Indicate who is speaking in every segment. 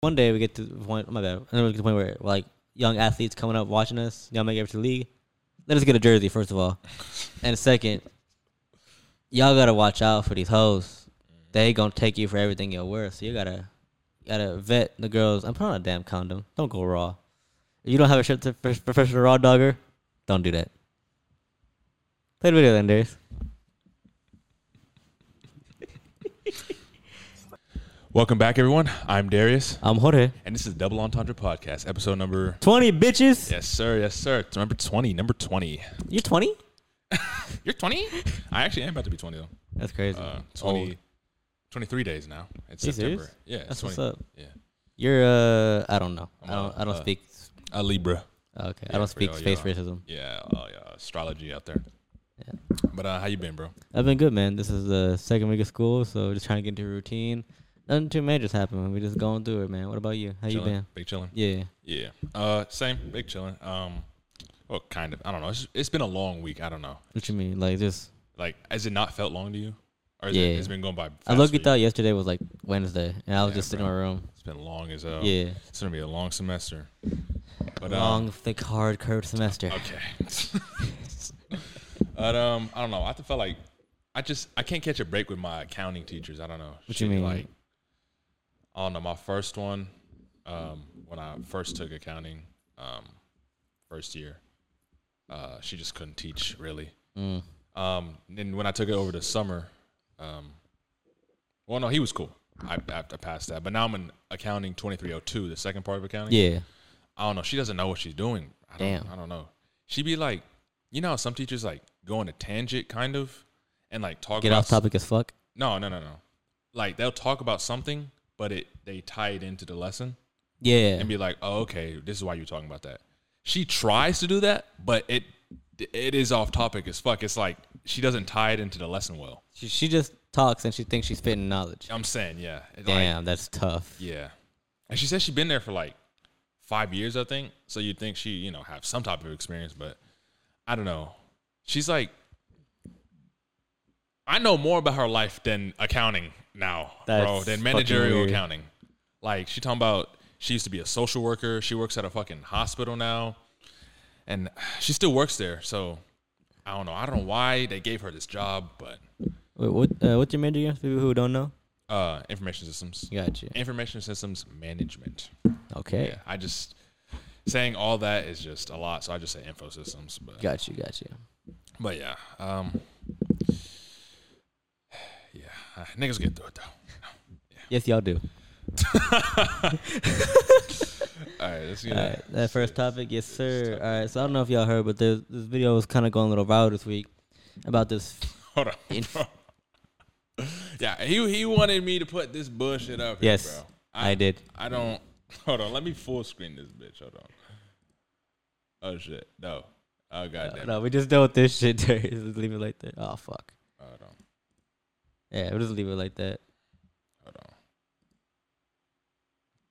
Speaker 1: one day we get to the point. My bad. And we get to the point where like young athletes coming up watching us, y'all make it up to the league. Let us get a jersey first of all, and second, y'all gotta watch out for these hoes. They gonna take you for everything you're worth. So you gotta gotta vet the girls. I'm putting on a damn condom. Don't go raw. If you don't have a shirt to pro- professional raw dogger, don't do that. Play the video then, Darius.
Speaker 2: Welcome back, everyone. I'm Darius,
Speaker 1: I'm Jorge.
Speaker 2: and this is Double Entendre Podcast, episode number.
Speaker 1: 20 bitches.
Speaker 2: Yes, sir. Yes, sir. It's number 20. Number 20.
Speaker 1: You're 20?
Speaker 2: You're 20? I actually am about to be 20, though.
Speaker 1: That's crazy.
Speaker 2: Uh,
Speaker 1: Old.
Speaker 2: 20, 23 days now. It's
Speaker 1: Oh. You
Speaker 2: September.
Speaker 1: serious?
Speaker 2: Yeah,
Speaker 1: That's
Speaker 2: it's
Speaker 1: what's
Speaker 2: 20.
Speaker 1: up.
Speaker 2: Yeah.
Speaker 1: You're uh I don't know. I
Speaker 2: a-
Speaker 1: don't I don't
Speaker 2: uh,
Speaker 1: speak Oh,
Speaker 2: A Libra.
Speaker 1: okay. I
Speaker 2: yeah,
Speaker 1: don't
Speaker 2: for
Speaker 1: speak
Speaker 2: y'all,
Speaker 1: space
Speaker 2: yeah.
Speaker 1: racism.
Speaker 2: Yeah, oh, yeah, astrology out there. But uh, how you been, bro?
Speaker 1: I've been good, man. This is the second week of school, so just trying to get into a routine. Nothing too major's happened. We just going through it, man. What about you? How you
Speaker 2: Chilling?
Speaker 1: been?
Speaker 2: Big chilling.
Speaker 1: Yeah.
Speaker 2: Yeah. Uh, same. Big chilling. Um, well, kind of. I don't know. It's, it's been a long week. I don't know.
Speaker 1: What you mean? Like just
Speaker 2: Like, has it not felt long to you? Or is
Speaker 1: Yeah.
Speaker 2: it, has it been going by? Fast
Speaker 1: I looked
Speaker 2: for
Speaker 1: at
Speaker 2: you?
Speaker 1: thought yesterday was like Wednesday and I was
Speaker 2: Yeah,
Speaker 1: just sitting
Speaker 2: bro.
Speaker 1: in my room.
Speaker 2: It's been long as hell.
Speaker 1: Yeah.
Speaker 2: It's gonna be a long semester. But
Speaker 1: Long, thick, hard, curved semester.
Speaker 2: Um, okay. but um, I don't know. I th- felt like I just I can't catch a break with my accounting teachers. I don't know.
Speaker 1: What
Speaker 2: She,
Speaker 1: you mean?
Speaker 2: Like I don't know. My first one, um, when I first took accounting, um, first year, uh, she just couldn't teach really.
Speaker 1: Mm.
Speaker 2: Um, and when I took it over to summer, um, well, no, he was cool. I, I, I passed that, but now I'm in accounting 2302, the second part of accounting.
Speaker 1: Yeah.
Speaker 2: I don't know. She doesn't know what she's doing. I don't,
Speaker 1: Damn.
Speaker 2: I don't know. She be like, you know, how some teachers like go on a tangent kind of, and like talk
Speaker 1: Get
Speaker 2: about
Speaker 1: off topic as fuck.
Speaker 2: No, no, no, no. Like they'll talk about something, but it they tie it into the lesson
Speaker 1: Yeah.
Speaker 2: and be like, oh, okay, this is why you're talking about that. She tries to do that, but it it is off topic as fuck. It's like she doesn't tie it into the lesson well.
Speaker 1: She, she just talks and she thinks she's spitting knowledge.
Speaker 2: I'm saying, yeah, It's like-
Speaker 1: Damn, that's tough.
Speaker 2: yeah. And she says she's been there for like five years, I think. So you'd think she, you know, have some type of experience, but I don't know. She's like, I know more about her life than accounting now, bro,
Speaker 1: That's
Speaker 2: than
Speaker 1: fucking
Speaker 2: managerial
Speaker 1: weird.
Speaker 2: accounting. Like she talking about she used to be a social worker. She works at a fucking hospital now, and she still works there. So I don't know. I don't know why they gave her this job, but
Speaker 1: Wait, what? Uh, what's your major again? For people who don't know.
Speaker 2: uh, information systems,
Speaker 1: Gotcha.
Speaker 2: information systems management.
Speaker 1: Okay.
Speaker 2: yeah, I just saying all that is just a lot, so I just say info systems. But
Speaker 1: Got you. Got you.
Speaker 2: but yeah, um, yeah, uh, niggas get through it though.
Speaker 1: Yes, y'all do.
Speaker 2: All right, let's get
Speaker 1: All
Speaker 2: it.
Speaker 1: right. That first topic, yes, sir. All right. So I don't know if y'all heard, but this, this video was kind of going a little viral this week about this.
Speaker 2: Hold on.
Speaker 1: Inf-
Speaker 2: Yeah, he he wanted me to put this bullshit up. Here,
Speaker 1: Yes,
Speaker 2: bro.
Speaker 1: I, did.
Speaker 2: I don't. Hold on, let me full screen this bitch. Hold on. Oh shit, no. Oh goddamn.
Speaker 1: No, we just dealt with this shit. Darius. Just leave it like that. Oh fuck.
Speaker 2: Hold on.
Speaker 1: Yeah, we'll just leave it like that.
Speaker 2: Hold on.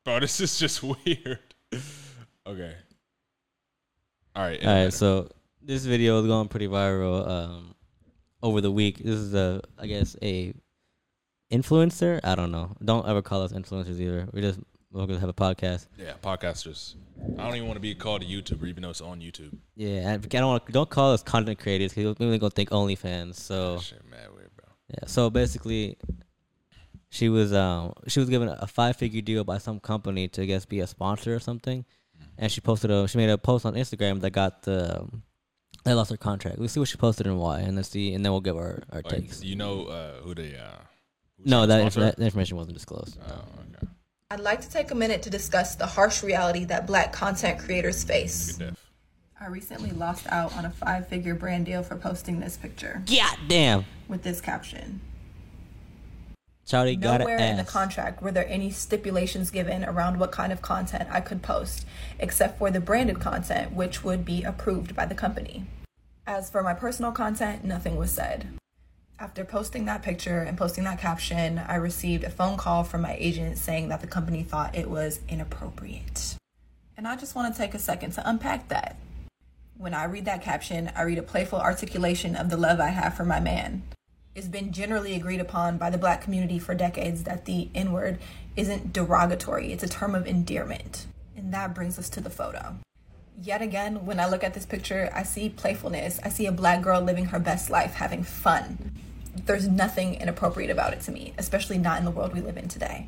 Speaker 2: Bro, this is just weird. okay. All right.
Speaker 1: All right, so this video is going pretty viral um, over the week. This is a, I guess, a influencer. I don't know. Don't ever call us influencers either. We just we're gonna have a podcast.
Speaker 2: yeah, podcasters. I don't even want to be called a YouTuber, even though it's on YouTube.
Speaker 1: Yeah, and I don't want don't call us content creators because people are gonna think OnlyFans. So
Speaker 2: Shit, mad weird, bro.
Speaker 1: yeah, so basically, she was um she was given a five figure deal by some company to I guess be a sponsor or something,
Speaker 2: Mm-hmm.
Speaker 1: and she posted a she made a post on Instagram that got the. They lost her contract. We'll see what she posted and why, and let's see, and then we'll give our, our
Speaker 2: Like,
Speaker 1: takes.
Speaker 2: do you know uh, who they uh who's
Speaker 1: No,
Speaker 2: the
Speaker 1: that,
Speaker 2: sponsor?
Speaker 1: that information wasn't disclosed.
Speaker 2: Oh, okay.
Speaker 3: I'd like to take a minute to discuss the harsh reality that black content creators face.
Speaker 2: Good deaf.
Speaker 3: I recently lost out on a five figure brand deal for posting this picture
Speaker 1: God damn.
Speaker 3: with this caption.
Speaker 1: Charlie got an
Speaker 3: Nowhere in the
Speaker 1: ass.
Speaker 3: contract were there any stipulations given around what kind of content I could post, except for the branded content, which would be approved by the company. As for my personal content, nothing was said. After posting that picture and posting that caption, I received a phone call from my agent saying that the company thought it was inappropriate. And I just want to take a second to unpack that. When I read that caption, I read a playful articulation of the love I have for my man. It's been generally agreed upon by the black community for decades that the N word isn't derogatory, it's a term of endearment. And that brings us to the photo. Yet again, when I look at this picture, I see playfulness. I see a black girl living her best life, having fun. There's nothing inappropriate about it to me, especially not in the world we live in today.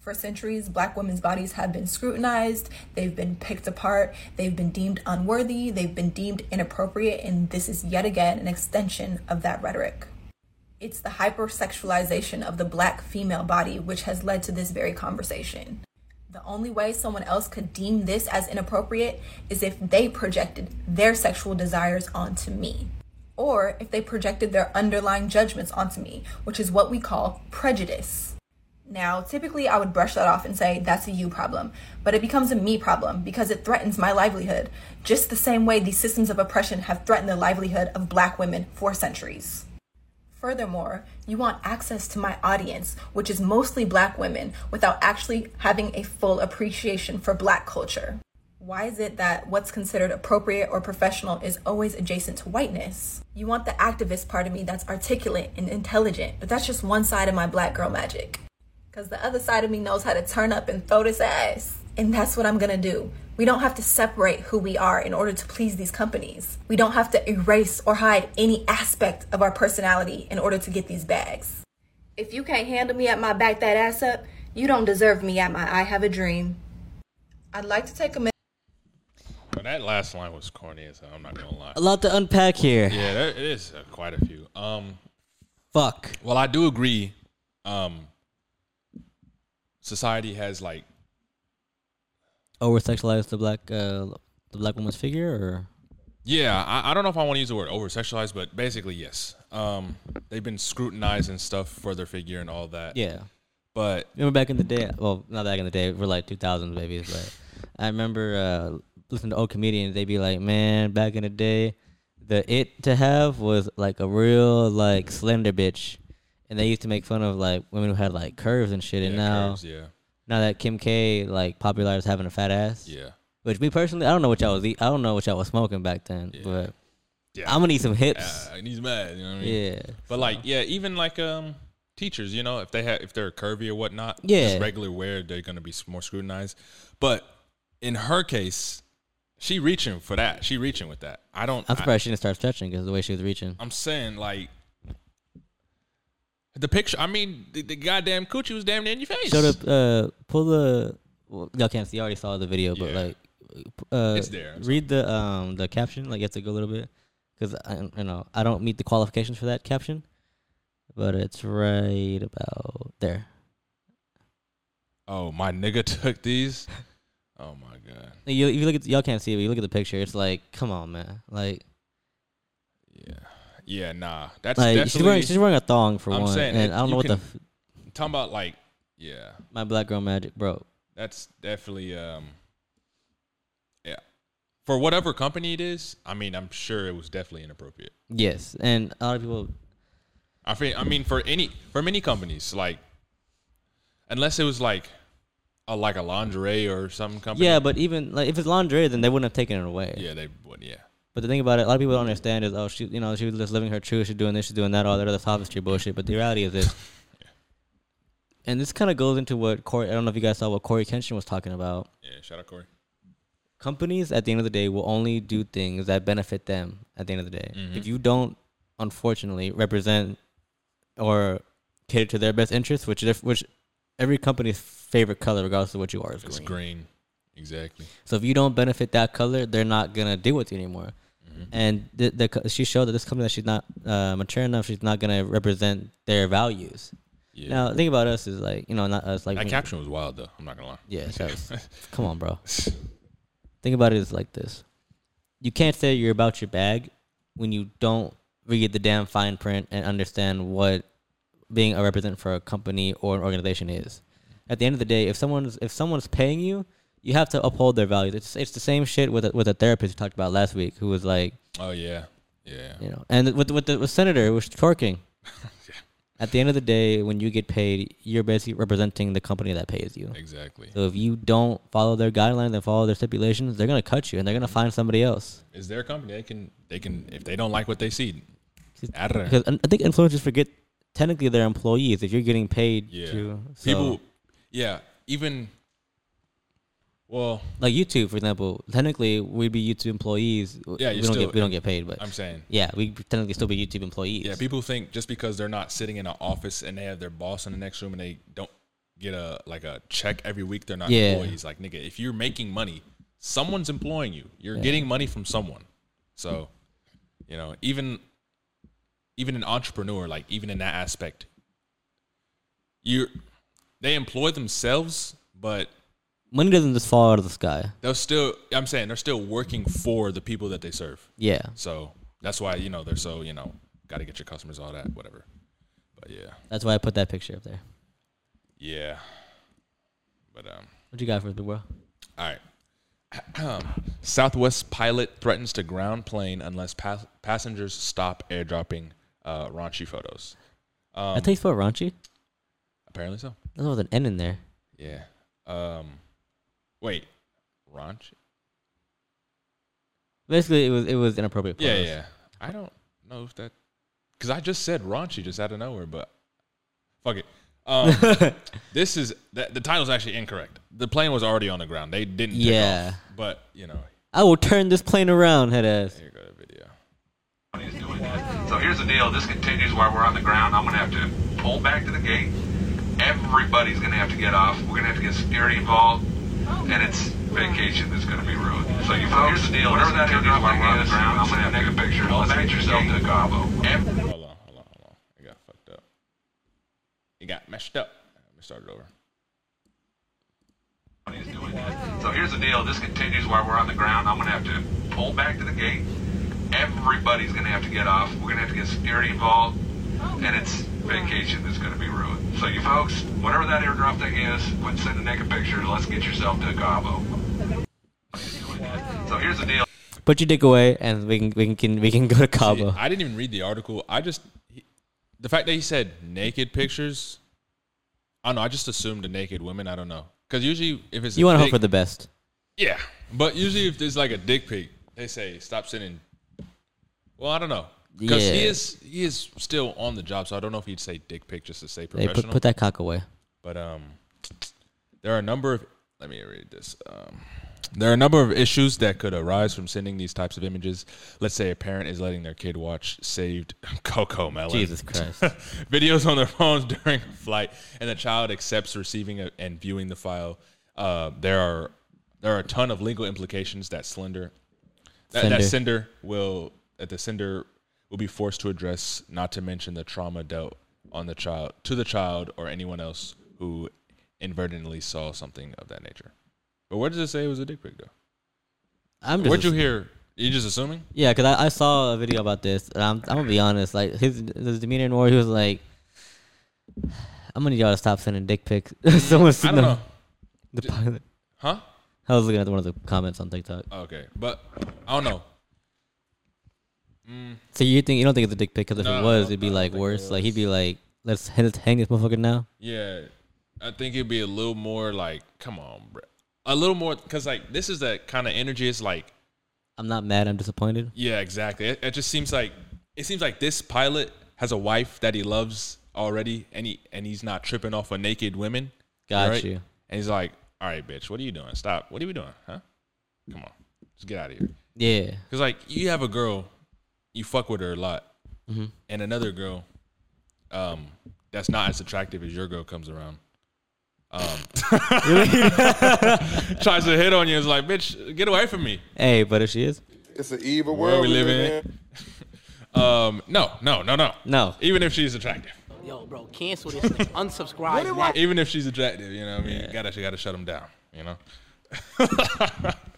Speaker 3: For centuries, black women's bodies have been scrutinized, they've been picked apart, they've been deemed unworthy, they've been deemed inappropriate, and this is yet again an extension of that rhetoric. It's the hypersexualization of the black female body which has led to this very conversation. The only way someone else could deem this as inappropriate is if they projected their sexual desires onto me, or if they projected their underlying judgments onto me, which is what we call prejudice. Now, typically I would brush that off and say that's a you problem, but it becomes a me problem because it threatens my livelihood, just the same way these systems of oppression have threatened the livelihood of black women for centuries. Furthermore, you want access to my audience, which is mostly black women, without actually having a full appreciation for black culture. Why is it that what's considered appropriate or professional is always adjacent to whiteness? You want the activist part of me that's articulate and intelligent, but that's just one side of my black girl magic. Because the other side of me knows how to turn up and throw this ass. And that's what I'm gonna do. We don't have to separate who we are in order to please these companies. We don't have to erase or hide any aspect of our personality in order to get these bags. If you can't handle me at my back that ass up, you don't deserve me at my I have a dream. I'd like to take a minute.
Speaker 2: But that last line was corny as hell. I'm not gonna lie.
Speaker 1: A lot to unpack here.
Speaker 2: Yeah, there, it is uh, quite a few. Um,
Speaker 1: Fuck.
Speaker 2: well, I do agree. Um, society has like
Speaker 1: Over sexualized the black uh, the black woman's figure or
Speaker 2: Yeah, I, I don't know if I want to use the word over sexualized, but basically, yes. Um, they've been scrutinized and stuff for their figure and all that.
Speaker 1: yeah.
Speaker 2: But
Speaker 1: Remember back in the day? Well, not back in the day. We're like 2000s babies, but I remember uh, listening to old comedians. They'd be like, "Man, back in the day, the it to have was like a real like slender bitch," and they used to make fun of like women who had like curves and shit.
Speaker 2: yeah,
Speaker 1: And now,
Speaker 2: curves, yeah,
Speaker 1: now that Kim K like popularized having a fat ass,
Speaker 2: yeah,
Speaker 1: Which me personally, I don't know what y'all was eat. I don't know what y'all was smoking back then, but
Speaker 2: yeah.
Speaker 1: I'm gonna eat some hips.
Speaker 2: uh, and he's mad. You know what I mean?
Speaker 1: yeah,
Speaker 2: But like, yeah, even like um teachers, you know, if they have if they're curvy or whatnot,
Speaker 1: Yeah.
Speaker 2: just regular wear, they're gonna be s- more scrutinized. But in her case, she reaching for that. She reaching with that. I don't.
Speaker 1: I'm
Speaker 2: I-
Speaker 1: surprised she didn't start stretching because the way she was reaching.
Speaker 2: I'm saying like the picture. I mean, the, the goddamn coochie was damn near in your face.
Speaker 1: Showed up. Uh, pull the. Well, y'all can't see. You already saw the video, but
Speaker 2: Yeah.
Speaker 1: like, uh,
Speaker 2: It's there, I'm
Speaker 1: Read the um the caption. Like, you have to go a little bit because I you know I don't meet the qualifications for that caption, but it's right about there.
Speaker 2: Oh, my nigga took these. Oh my god.
Speaker 1: You you look at y'all can't see it, but you look at the picture. It's like, come on, man. Like,
Speaker 2: Yeah. Yeah, nah. That's
Speaker 1: like she's
Speaker 2: definitely
Speaker 1: wearing she's wearing a thong for
Speaker 2: I'm
Speaker 1: one,
Speaker 2: saying
Speaker 1: and
Speaker 2: it-
Speaker 1: I don't
Speaker 2: you
Speaker 1: know what
Speaker 2: can-
Speaker 1: the f-
Speaker 2: talking about like yeah.
Speaker 1: my black girl magic, bro.
Speaker 2: That's definitely um yeah. For whatever company it is, I mean, I'm sure it was definitely inappropriate.
Speaker 1: Yes, and a lot of people.
Speaker 2: I fe I mean for any for many companies like unless it was like a like a lingerie or some company.
Speaker 1: Yeah, but even like if it's lingerie, then they wouldn't have taken it away.
Speaker 2: Yeah, they would, yeah.
Speaker 1: But the thing about it, a lot of people don't understand is, oh, she, you know, she was just living her truth. She's doing this, she's doing that, all that other sophistry bullshit. But the reality is this, and this kind of goes into what Corey. I don't know if you guys saw what Corey Kenshin was talking about.
Speaker 2: Yeah, shout out Corey.
Speaker 1: Companies at the end of the day will only do things that benefit them. At the end of the day,
Speaker 2: Mm-hmm.
Speaker 1: if you don't, unfortunately, represent or cater to their best interests, which is- which every company's favorite color, regardless of what you are, is
Speaker 2: It's
Speaker 1: green.
Speaker 2: green. Exactly.
Speaker 1: So if you don't benefit that color, they're not gonna deal with you anymore.
Speaker 2: Mm-hmm.
Speaker 1: And the, the, co- she showed that this company that she's not uh, mature enough, she's not gonna represent their values.
Speaker 2: Yeah.
Speaker 1: Now, the thing about us is like you know, not us like
Speaker 2: that
Speaker 1: we-
Speaker 2: caption was wild though. I'm not gonna lie.
Speaker 1: yeah, that was- come on, bro. Think about it is like this: you can't say you're about your bag when you don't read the damn fine print and understand what being a representative for a company or an organization is. At the end of the day, if someone's if someone's paying you, you have to uphold their values. It's it's the same shit with a, with a therapist we talked about last week, who was like,
Speaker 2: Oh yeah. Yeah.
Speaker 1: you know, and with with the with senator was twerking. At the end of the day, when you get paid, you're basically representing the company that pays you.
Speaker 2: Exactly.
Speaker 1: So if you don't follow their guidelines and follow their stipulations, they're gonna cut you and they're gonna find somebody else.
Speaker 2: It's their company. They can they can if they don't like what they see. out of
Speaker 1: uh,
Speaker 2: there.
Speaker 1: Because I I think influencers forget technically they're employees if you're getting paid
Speaker 2: Yeah.
Speaker 1: to so
Speaker 2: People yeah, even well,
Speaker 1: Like YouTube, for example, technically we'd be YouTube employees. W-
Speaker 2: Yeah,
Speaker 1: we
Speaker 2: you're
Speaker 1: don't
Speaker 2: still-
Speaker 1: get we don't get paid, but
Speaker 2: I'm saying
Speaker 1: yeah, we technically still be YouTube employees.
Speaker 2: yeah, people think just because they're not sitting in an office and they have their boss in the next room and they don't get a like a check every week, they're not
Speaker 1: Yeah.
Speaker 2: employees. Like nigga, if you're making money, someone's employing you. You're getting money from someone. So, you know, even even an entrepreneur, like even in that aspect, you they employ themselves, but
Speaker 1: Money doesn't just fall out of the sky.
Speaker 2: they're still I'm saying they're still working for the people that they serve.
Speaker 1: Yeah,
Speaker 2: So that's why, you know, they're so, you know, gotta get your customers, all that, whatever. But yeah.
Speaker 1: that's why I put that picture up there.
Speaker 2: Yeah. But um
Speaker 1: What you got for us, big
Speaker 2: all
Speaker 1: bro?
Speaker 2: right. um, Southwest pilot threatens to ground plane unless pa- passengers stop airdropping uh, raunchy photos. Um,
Speaker 1: that tastes for raunchy.
Speaker 2: Apparently so.
Speaker 1: There's was an N in there.
Speaker 2: Yeah. Um, wait, raunchy?
Speaker 1: Basically, it was it was inappropriate.
Speaker 2: Yeah,
Speaker 1: photos.
Speaker 2: yeah. I don't know if that because I just said raunchy just out of nowhere, but fuck it. Um, this is the, the title's actually incorrect. The plane was already on the ground. They didn't. Take
Speaker 1: Yeah.
Speaker 2: Off, but you know,
Speaker 1: I will turn this plane around, head ass.
Speaker 2: here go the video.
Speaker 4: So here's the deal. This continues while we're on the ground. I'm going to have to pull back to the gate. Everybody's going to have to get off. We're going to have to get security involved. And it's vacation that's going to be ruined. So you folks, here's the deal. Whatever that continues while we're on the ground, I'm going to have to take a picture. Let's get yourself to Cabo. Every-
Speaker 2: Hold on, hold on, hold on. It got fucked up. It got messed up. Let me start it over.
Speaker 4: So here's the deal. This continues while we're on the ground. I'm going to have to pull back to the gate. Everybody's going to have to get off. We're going to have to get security involved. And it's vacation that's going to be ruined. So you folks, whatever that airdrop thing is, would send a naked picture. Let's get yourself to Cabo. So here's the deal.
Speaker 1: Put your dick away, and we can we can, can we can go to Cabo.
Speaker 2: Yeah, I didn't even read the article. I just he, the fact that he said naked pictures. I don't know. I just assumed the naked women. I don't know because usually if it's a
Speaker 1: you want to hope
Speaker 2: dick-
Speaker 1: for the best.
Speaker 2: yeah, but usually if there's like a dick pic, they say stop sending. Well, I don't know because
Speaker 1: Yeah.
Speaker 2: he is he is still on the job, so I don't know if he'd say dick pic just to say
Speaker 1: Hey,
Speaker 2: professional.
Speaker 1: put put that cock away.
Speaker 2: But um, there are a number of let me read this. Um, there are a number of issues that could arise from sending these types of images. Let's say a parent is letting their kid watch saved Coco Melon
Speaker 1: Jesus Christ.
Speaker 2: videos on their phones during a flight, and the child accepts receiving a, and viewing the file. Uh, there are there are a ton of legal implications that slender that, that
Speaker 1: Sender.
Speaker 2: sender will that the sender will be forced to address, not to mention the trauma dealt on the child to the child or anyone else who inadvertently saw something of that nature. But where does it say it was a dick pic though?
Speaker 1: I'm just
Speaker 2: Where'd you hear? You just assuming?
Speaker 1: Yeah, because I, I saw a video about this, and I'm, I'm gonna be honest. Like his, his demeanor in war, he was like, "I'm gonna need y'all to stop sending dick pics." Someone
Speaker 2: I
Speaker 1: sent
Speaker 2: don't know.
Speaker 1: them- the pilot.
Speaker 2: Huh? Oh.
Speaker 1: I was looking at one of the comments on TikTok.
Speaker 2: Okay, but I don't know. Mm,
Speaker 1: So you think you don't think it's a dick pic? Because if
Speaker 2: No,
Speaker 1: it was,
Speaker 2: I
Speaker 1: it'd be
Speaker 2: don't
Speaker 1: like
Speaker 2: think it
Speaker 1: worse. Like he'd be like, "Let's hang this, hang this motherfucker now."
Speaker 2: Yeah, I think it'd be a little more like, come on, bro. A little more because like this is that kind of energy. It's like,
Speaker 1: I'm not mad. I'm disappointed.
Speaker 2: yeah, exactly. It, it just seems like it seems like this pilot has a wife that he loves already, and he and he's not tripping off of naked women.
Speaker 1: Got
Speaker 2: right?
Speaker 1: you.
Speaker 2: And he's like, all right, bitch, what are you doing? Stop. What are we doing? Huh? Come on, just get out of here.
Speaker 1: Yeah,
Speaker 2: Because like you have a girl, you fuck with her a lot,
Speaker 1: Mm-hmm.
Speaker 2: and another girl, um, that's not as attractive as your girl comes around. Um, tries to hit on you. It's like, bitch, get away from me.
Speaker 1: hey, but if she is,
Speaker 5: It's an evil
Speaker 2: Where
Speaker 5: world
Speaker 2: we live in? Um, no, no, no, no,
Speaker 1: No.
Speaker 2: Even if she's attractive,
Speaker 6: Yo, bro, cancel this thing. Unsubscribe. now.
Speaker 2: even if she's attractive, you know, what I mean, you gotta, you gotta shut him down, you know.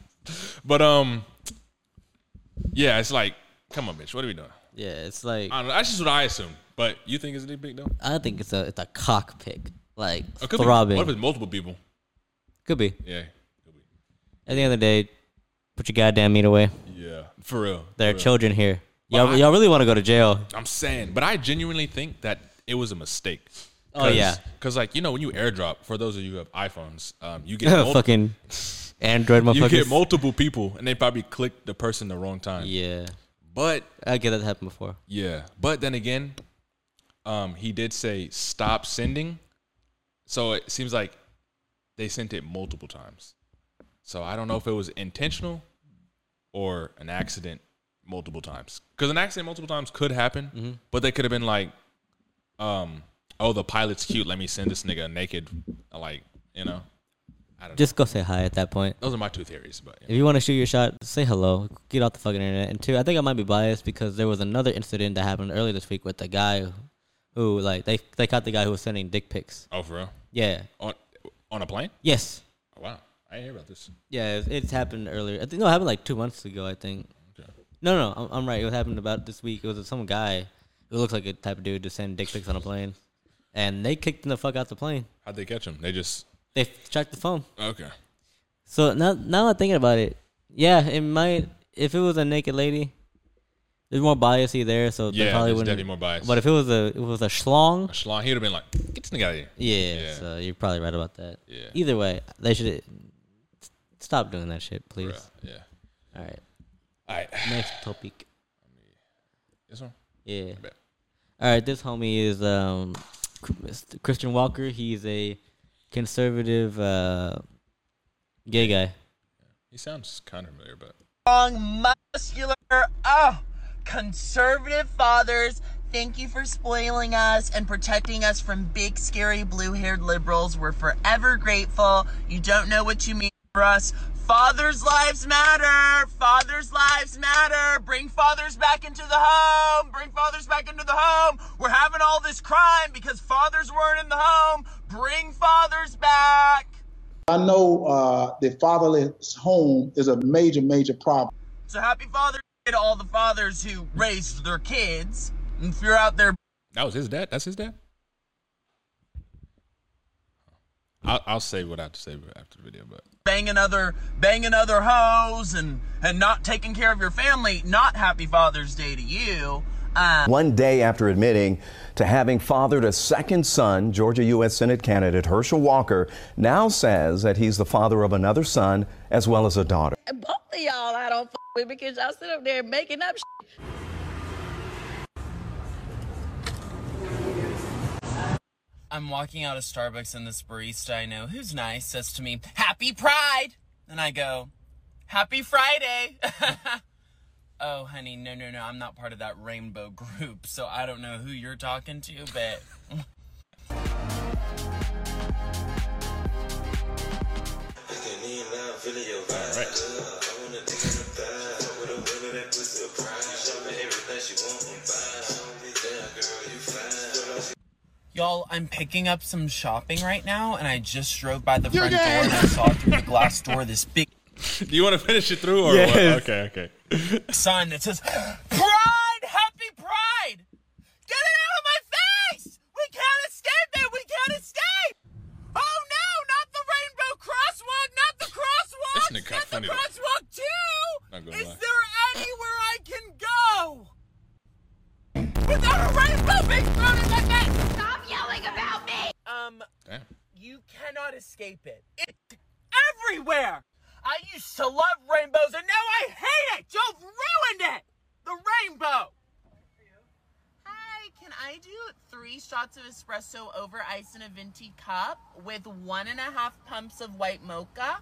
Speaker 2: but um, yeah, it's like, come on, bitch, what are we doing?
Speaker 1: yeah, it's like
Speaker 2: I don't know. That's just what I assume. But you think it's a dick pic though?
Speaker 1: I think it's a it's a cock pic, like
Speaker 2: It could be.
Speaker 1: throbbing.
Speaker 2: What if it's multiple people?
Speaker 1: could be.
Speaker 2: Yeah.
Speaker 1: At the end of the day, put your goddamn meat away.
Speaker 2: Yeah. For real.
Speaker 1: There are
Speaker 2: For real.
Speaker 1: children here.
Speaker 2: Well,
Speaker 1: Y'all,
Speaker 2: I-
Speaker 1: y'all really want to go to jail?
Speaker 2: I'm saying, but I genuinely think that it was a mistake.
Speaker 1: Oh, yeah.
Speaker 2: Because like you know when you airdrop, for those of you who have iPhones, um, you get mul-
Speaker 1: fucking Android
Speaker 2: you
Speaker 1: motherfuckers.
Speaker 2: get multiple people, and they probably clicked the person the wrong time.
Speaker 1: yeah,
Speaker 2: But
Speaker 1: I get that happened before.
Speaker 2: yeah, but then again, um, he did say stop sending, so it seems like they sent it multiple times. So I don't know if it was intentional or an accident multiple times. Because an accident multiple times could happen, but they could have been like, um, oh, the pilot's cute. Let me send this nigga naked. Like, you know,
Speaker 1: Just go say hi at that point.
Speaker 2: those are my two theories. But yeah.
Speaker 1: If you want to shoot your shot, say hello. Get off the fucking internet. And two, I think I might be biased because there was another incident that happened earlier this week with a guy who, like, they they caught the guy who was sending dick pics.
Speaker 2: oh, for real?
Speaker 1: Yeah.
Speaker 2: On, on a plane?
Speaker 1: Yes.
Speaker 2: Oh, wow. I didn't hear about this.
Speaker 1: Yeah, it's, it's happened earlier. I think no, it happened like two months ago. I think.
Speaker 2: Okay.
Speaker 1: No, no, I'm, I'm right. It happened about this week. It was some guy who looks like a type of dude to send dick pics on a plane, and they kicked him the fuck out the plane.
Speaker 2: How'd they catch him? They just,
Speaker 1: They f- tracked the phone.
Speaker 2: okay.
Speaker 1: So now, now I'm thinking about it. Yeah, it might. If it was a naked lady, there's more biasy there, so they
Speaker 2: Yeah,
Speaker 1: probably
Speaker 2: there's
Speaker 1: wouldn't.
Speaker 2: definitely more bias.
Speaker 1: But if it was a, if it was a schlong.
Speaker 2: A schlong, he'd have been like, get this nigga out of here.
Speaker 1: Yeah,
Speaker 2: Yeah.
Speaker 1: so you're probably right about that.
Speaker 2: Yeah.
Speaker 1: Either way, they should s- stop doing that shit, please.
Speaker 2: Bruh, Yeah.
Speaker 1: All right.
Speaker 2: All right.
Speaker 1: Next topic.
Speaker 2: This one?
Speaker 1: Yeah.
Speaker 2: bet.
Speaker 1: All right, this homie is um, Mr. Christian Walker. He's a conservative uh, gay guy.
Speaker 2: He sounds kind of familiar, but
Speaker 5: strong, muscular, oh, conservative fathers. Thank you for spoiling us and protecting us from big, scary, blue haired liberals. We're forever grateful. You don't know what you mean for us. Fathers' lives matter. Fathers' lives matter. Bring fathers back into the home. Bring fathers back into the home. We're having all this crime because fathers weren't in the home. Bring fathers back.
Speaker 7: I know uh, the fatherless home is a major, major problem.
Speaker 5: So happy Father's Day to all the fathers who raised their kids. And if you're out there,
Speaker 2: that was his dad. That's his dad. I'll, I'll say what I have to say after the video, but
Speaker 5: banging other banging other hoes and and not taking care of your family, not happy Father's Day to you. Uh,
Speaker 8: One day after admitting to having fathered a second son, Georgia U.S. Senate candidate Herschel Walker now says that he's the father of another son as well as a daughter.
Speaker 9: both of y'all I don't f- with because y'all sit up there making up shit.
Speaker 5: I'm walking out of Starbucks and this barista I know who's nice says to me, "Happy Pride," and I go, "Happy Friday." oh, honey, no, no, no, I'm not part of that rainbow group, so I don't know who you're talking to, but.
Speaker 2: all right.
Speaker 5: Y'all, I'm picking up some shopping right now, and I just drove by the front door and I saw through the glass door this big
Speaker 2: Do you want to finish it through or what?
Speaker 1: Yes.
Speaker 2: Okay, okay.
Speaker 5: sign that says "Pride, Happy Pride." Get it out of my face! We can't escape it. We can't escape. Oh no! Not the rainbow crosswalk. Not the crosswalk.
Speaker 2: This nigga
Speaker 5: Not
Speaker 2: funny
Speaker 5: the
Speaker 2: though.
Speaker 5: crosswalk
Speaker 2: Not
Speaker 5: too.
Speaker 2: gonna
Speaker 5: Is
Speaker 2: lie.
Speaker 5: there anywhere I can go without a rainbow being thrown in my face?
Speaker 9: Stop yelling about me!
Speaker 5: Um.
Speaker 2: Damn.
Speaker 5: You cannot escape it. It's everywhere. I used to love rainbows and now I hate it. You've ruined it. The rainbow. Hi, can I do three shots of espresso over ice in a venti cup with one and a half pumps of white mocha?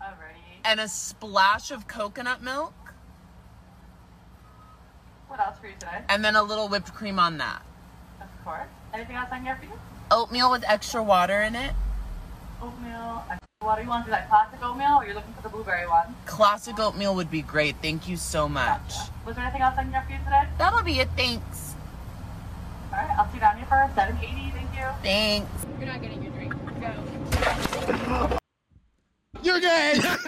Speaker 5: Alrighty. And a splash of coconut milk?
Speaker 10: What else for you today?
Speaker 5: And then a little whipped cream on that.
Speaker 10: Of course. Anything else I can get for you?
Speaker 5: Oatmeal with extra water in it.
Speaker 10: Oatmeal. I- What do you want? Do that classic oatmeal or you're looking for the blueberry one?
Speaker 5: Classic oatmeal would be great. Thank you so much.
Speaker 10: Was there anything else I can get for you today?
Speaker 5: That'll be it. Thanks.
Speaker 10: All right, I'll see you down here for 780. Thank you.
Speaker 5: Thanks.
Speaker 10: You're not getting your drink. Go.
Speaker 2: Wow,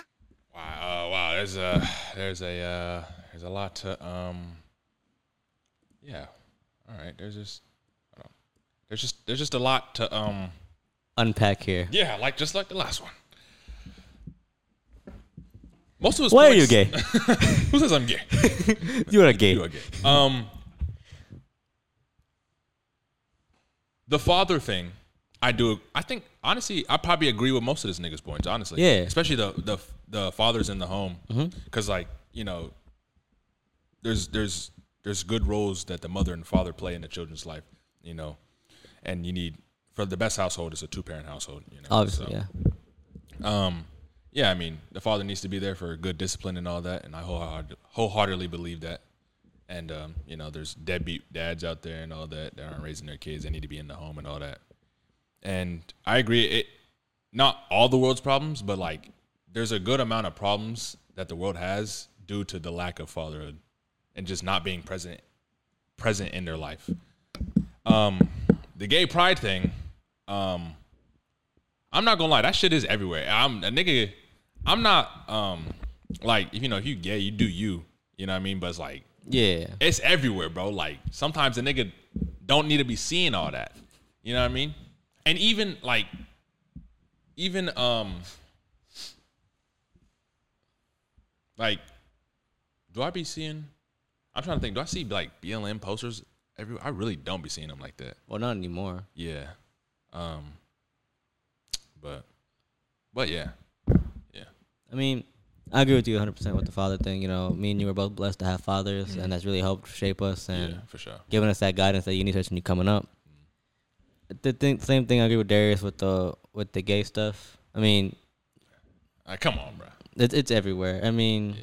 Speaker 2: uh, wow. There's a, there's a, uh, there's a lot to, um, yeah. All right. There's just, I don't, there's just, there's just a lot to, um,
Speaker 1: Unpack here.
Speaker 2: yeah, like just like the last one. Most of his
Speaker 1: Why are you
Speaker 2: points-
Speaker 1: gay?
Speaker 2: Who says I'm gay?
Speaker 1: you are gay.
Speaker 2: You are gay. Um, the father thing, I do. I think honestly, I probably agree with most of this niggas' points. Honestly,
Speaker 1: Yeah.
Speaker 2: Especially the the the fathers in the home, because like you know, there's there's there's good roles that the mother and father play in the children's life, you know, and you need for the best household is a two parent household. You know,
Speaker 1: Obviously, yeah.
Speaker 2: Um, yeah, I mean, the father needs to be there for good discipline and all that, and I wholeheart- wholeheartedly believe that. And um, you know, there's deadbeat dads out there and all that that aren't raising their kids. They need to be in the home and all that. And I agree, it not all the world's problems, but like there's a good amount of problems that the world has due to the lack of fatherhood and just not being present present in their life. Um, the gay pride thing, um, I'm not gonna lie, that shit is everywhere. I'm a nigga. I'm not um like you know if you gay, you do you. You know what I mean? But it's like
Speaker 1: Yeah.
Speaker 2: it's everywhere, bro. Like sometimes a nigga don't need to be seeing all that. You know what I mean? And even like even um like do I be seeing I'm trying to think, do I see like BLM posters everywhere? I really don't be seeing them like that.
Speaker 1: Well, not anymore.
Speaker 2: Yeah. Um but but yeah. Yeah.
Speaker 1: I mean, I agree with you 100% with the father thing. You know, me and you were both blessed to have fathers, and that's really helped shape us and
Speaker 2: Mm-hmm. Yeah, for sure.
Speaker 1: giving us that guidance that you need especially when you coming up.
Speaker 2: Mm-hmm.
Speaker 1: The thing, same thing I agree with Darius with the with the gay stuff. I mean,
Speaker 2: Uh, come on, bro.
Speaker 1: it's it's everywhere. I mean,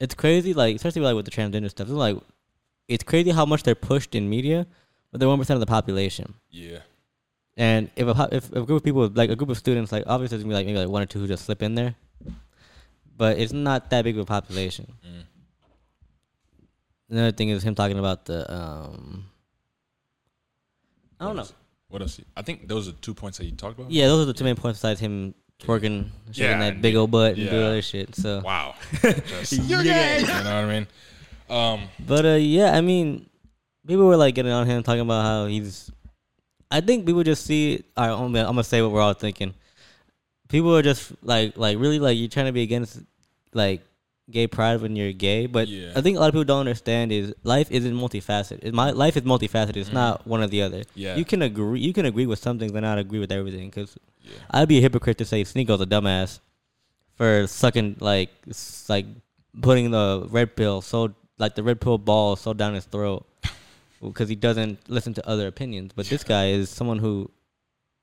Speaker 1: it's crazy. Like especially like with the transgender stuff. It's like it's crazy how much they're pushed in media, but they're one percent of the population.
Speaker 2: Yeah.
Speaker 1: And if a po- if a group of people like a group of students like obviously there's gonna be like maybe like one or two who just slip in there, but it's not that big of a population.
Speaker 2: Mm.
Speaker 1: Another thing is him talking about the um. I don't know.
Speaker 2: What else? I think those are two points that you talked about.
Speaker 1: Yeah, those are the two main points besides him twerking, shaking
Speaker 2: Yeah,
Speaker 1: that
Speaker 2: and
Speaker 1: big
Speaker 2: the-
Speaker 1: old butt and
Speaker 2: yeah.
Speaker 1: doing other shit. So
Speaker 2: Wow. Just- you know what I mean? Um,
Speaker 1: But uh, yeah, I mean, people were like getting on him talking about how he's. I think people just see. All right, I'm gonna, I'm gonna say what we're all thinking. People are just like, like really, like you're trying to be against like gay pride when you're gay. But
Speaker 2: Yeah.
Speaker 1: I think a lot of people don't understand is life isn't multifaceted. It- My life is multifaceted. It's not one or the other.
Speaker 2: Yeah.
Speaker 1: you can agree. You can agree with some things and not agree with everything. Because I'd be a hypocrite to say Sneako's a dumbass for sucking like s- like putting the red pill so like the red pill ball so down his throat because he doesn't listen to other opinions. But this guy is someone who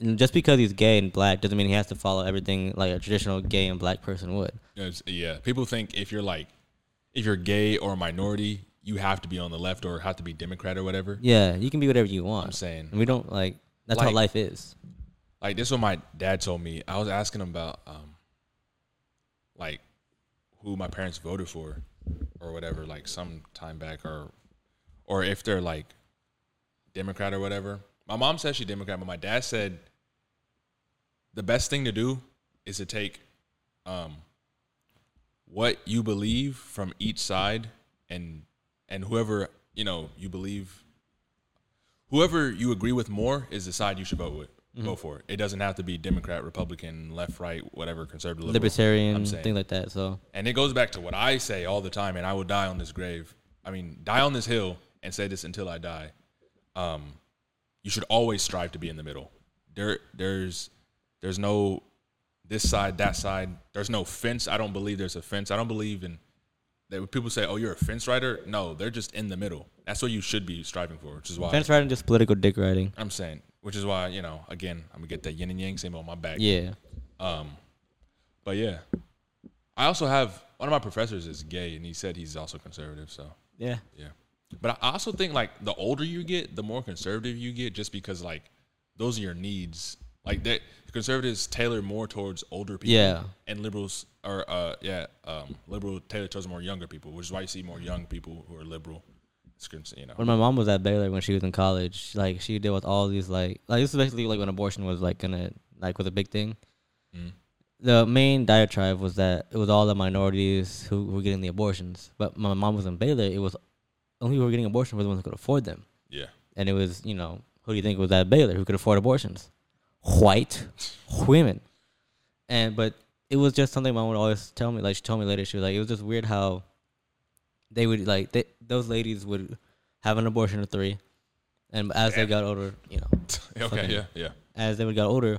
Speaker 1: and just because he's gay and black doesn't mean he has to follow everything like a traditional gay and black person would.
Speaker 2: it's- yeah. People think if you're like, if you're gay or a minority, you have to be on the left or have to be Democrat or whatever.
Speaker 1: Yeah, you can be whatever you want. I'm
Speaker 2: saying.
Speaker 1: and we don't like that's how
Speaker 2: Like-
Speaker 1: life is.
Speaker 2: Like this, is what my dad told me. I was asking him about, um, like, who my parents voted for, or whatever, like some time back, or, or if they're like, Democrat or whatever. My mom said she Democrat, but my dad said the best thing to do is to take um, what you believe from each side and and whoever you know you believe whoever you agree with more is the side you should vote with
Speaker 1: Mm-hmm.
Speaker 2: vote for it doesn't have to be democrat republican left right whatever conservative liberal,
Speaker 1: Libertarian
Speaker 2: I'm saying.
Speaker 1: thing like that. So
Speaker 2: and it goes back to what i say all the time and i will die on this grave i mean die on this hill and say this until i die um, you should always strive to be in the middle there there's there's no this side, that side. There's no fence. I don't believe there's a fence. I don't believe in that. When people say, "Oh, you're a fence rider," no, they're just in the middle. That's what you should be striving for, which is why
Speaker 1: fence riding just political dick riding.
Speaker 2: I'm saying, which is why you know, again, I'm gonna get that yin and yang symbol on my back.
Speaker 1: Yeah.
Speaker 2: Um, but yeah, I also have one of my professors is gay, and he said he's also conservative. So
Speaker 1: Yeah.
Speaker 2: yeah. But I also think like the older you get, the more conservative you get, just because like those are your needs. Like that, conservatives tailor more towards older people.
Speaker 1: Yeah.
Speaker 2: And liberals are, uh, yeah, um, liberal tailor towards more younger people, which is why you see more young people who are liberal. It's con- you know.
Speaker 1: When my mom was at Baylor when she was in college, like she dealt with all these like like this is basically like when abortion was like gonna like was a big thing. The main diatribe was that it was all the minorities who were getting the abortions. But when my mom was in Baylor, it was only who were getting abortion were the ones who could afford them.
Speaker 2: Yeah.
Speaker 1: And it was, you know, who do you think was at Baylor who could afford abortions? White women. And but it was just something my mom would always tell me. Like she told me later, she was like, it was just weird how they would like they, those ladies would have an abortion at three, and as they got older, you know,
Speaker 2: Okay.
Speaker 1: fucking-
Speaker 2: Yeah. Yeah.
Speaker 1: as they would got older,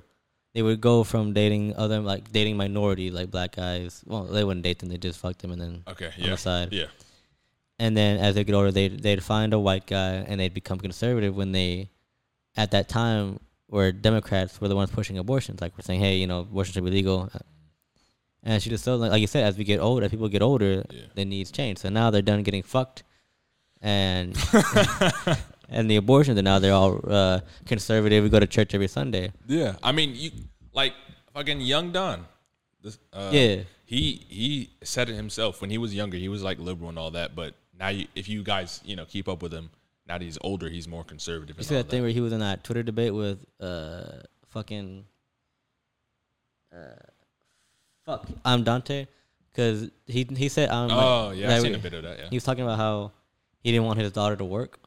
Speaker 1: they would go from dating other like dating minority like black guys. Well, they wouldn't date them; they just fucked them and then
Speaker 2: Okay.
Speaker 1: on
Speaker 2: Yeah.
Speaker 1: the side.
Speaker 2: Yeah.
Speaker 1: And then as they get older, they they'd find a white guy and they'd become conservative when they, at that time, where Democrats were the ones pushing abortions, like we're saying, hey, you know, abortion should be legal. And she just so like, like you said, as we get older, as people get older, their needs change. So now they're done getting fucked, and and the abortions, and now they're all uh, conservative. We go to church every Sunday.
Speaker 2: Yeah, I mean, you like fucking young Don. This, uh,
Speaker 1: Yeah.
Speaker 2: he he said it himself when he was younger. He was like liberal and all that, but now you, if you guys you know keep up with him, now that he's older, he's more conservative.
Speaker 1: You
Speaker 2: And
Speaker 1: see
Speaker 2: all
Speaker 1: that
Speaker 2: that.
Speaker 1: thing where he was in that Twitter debate with uh fucking uh fuck I'm Dante because he he said I'm like-
Speaker 2: Oh, yeah, I've
Speaker 1: like,
Speaker 2: seen a bit of that, yeah.
Speaker 1: he was talking about how he didn't want his daughter to work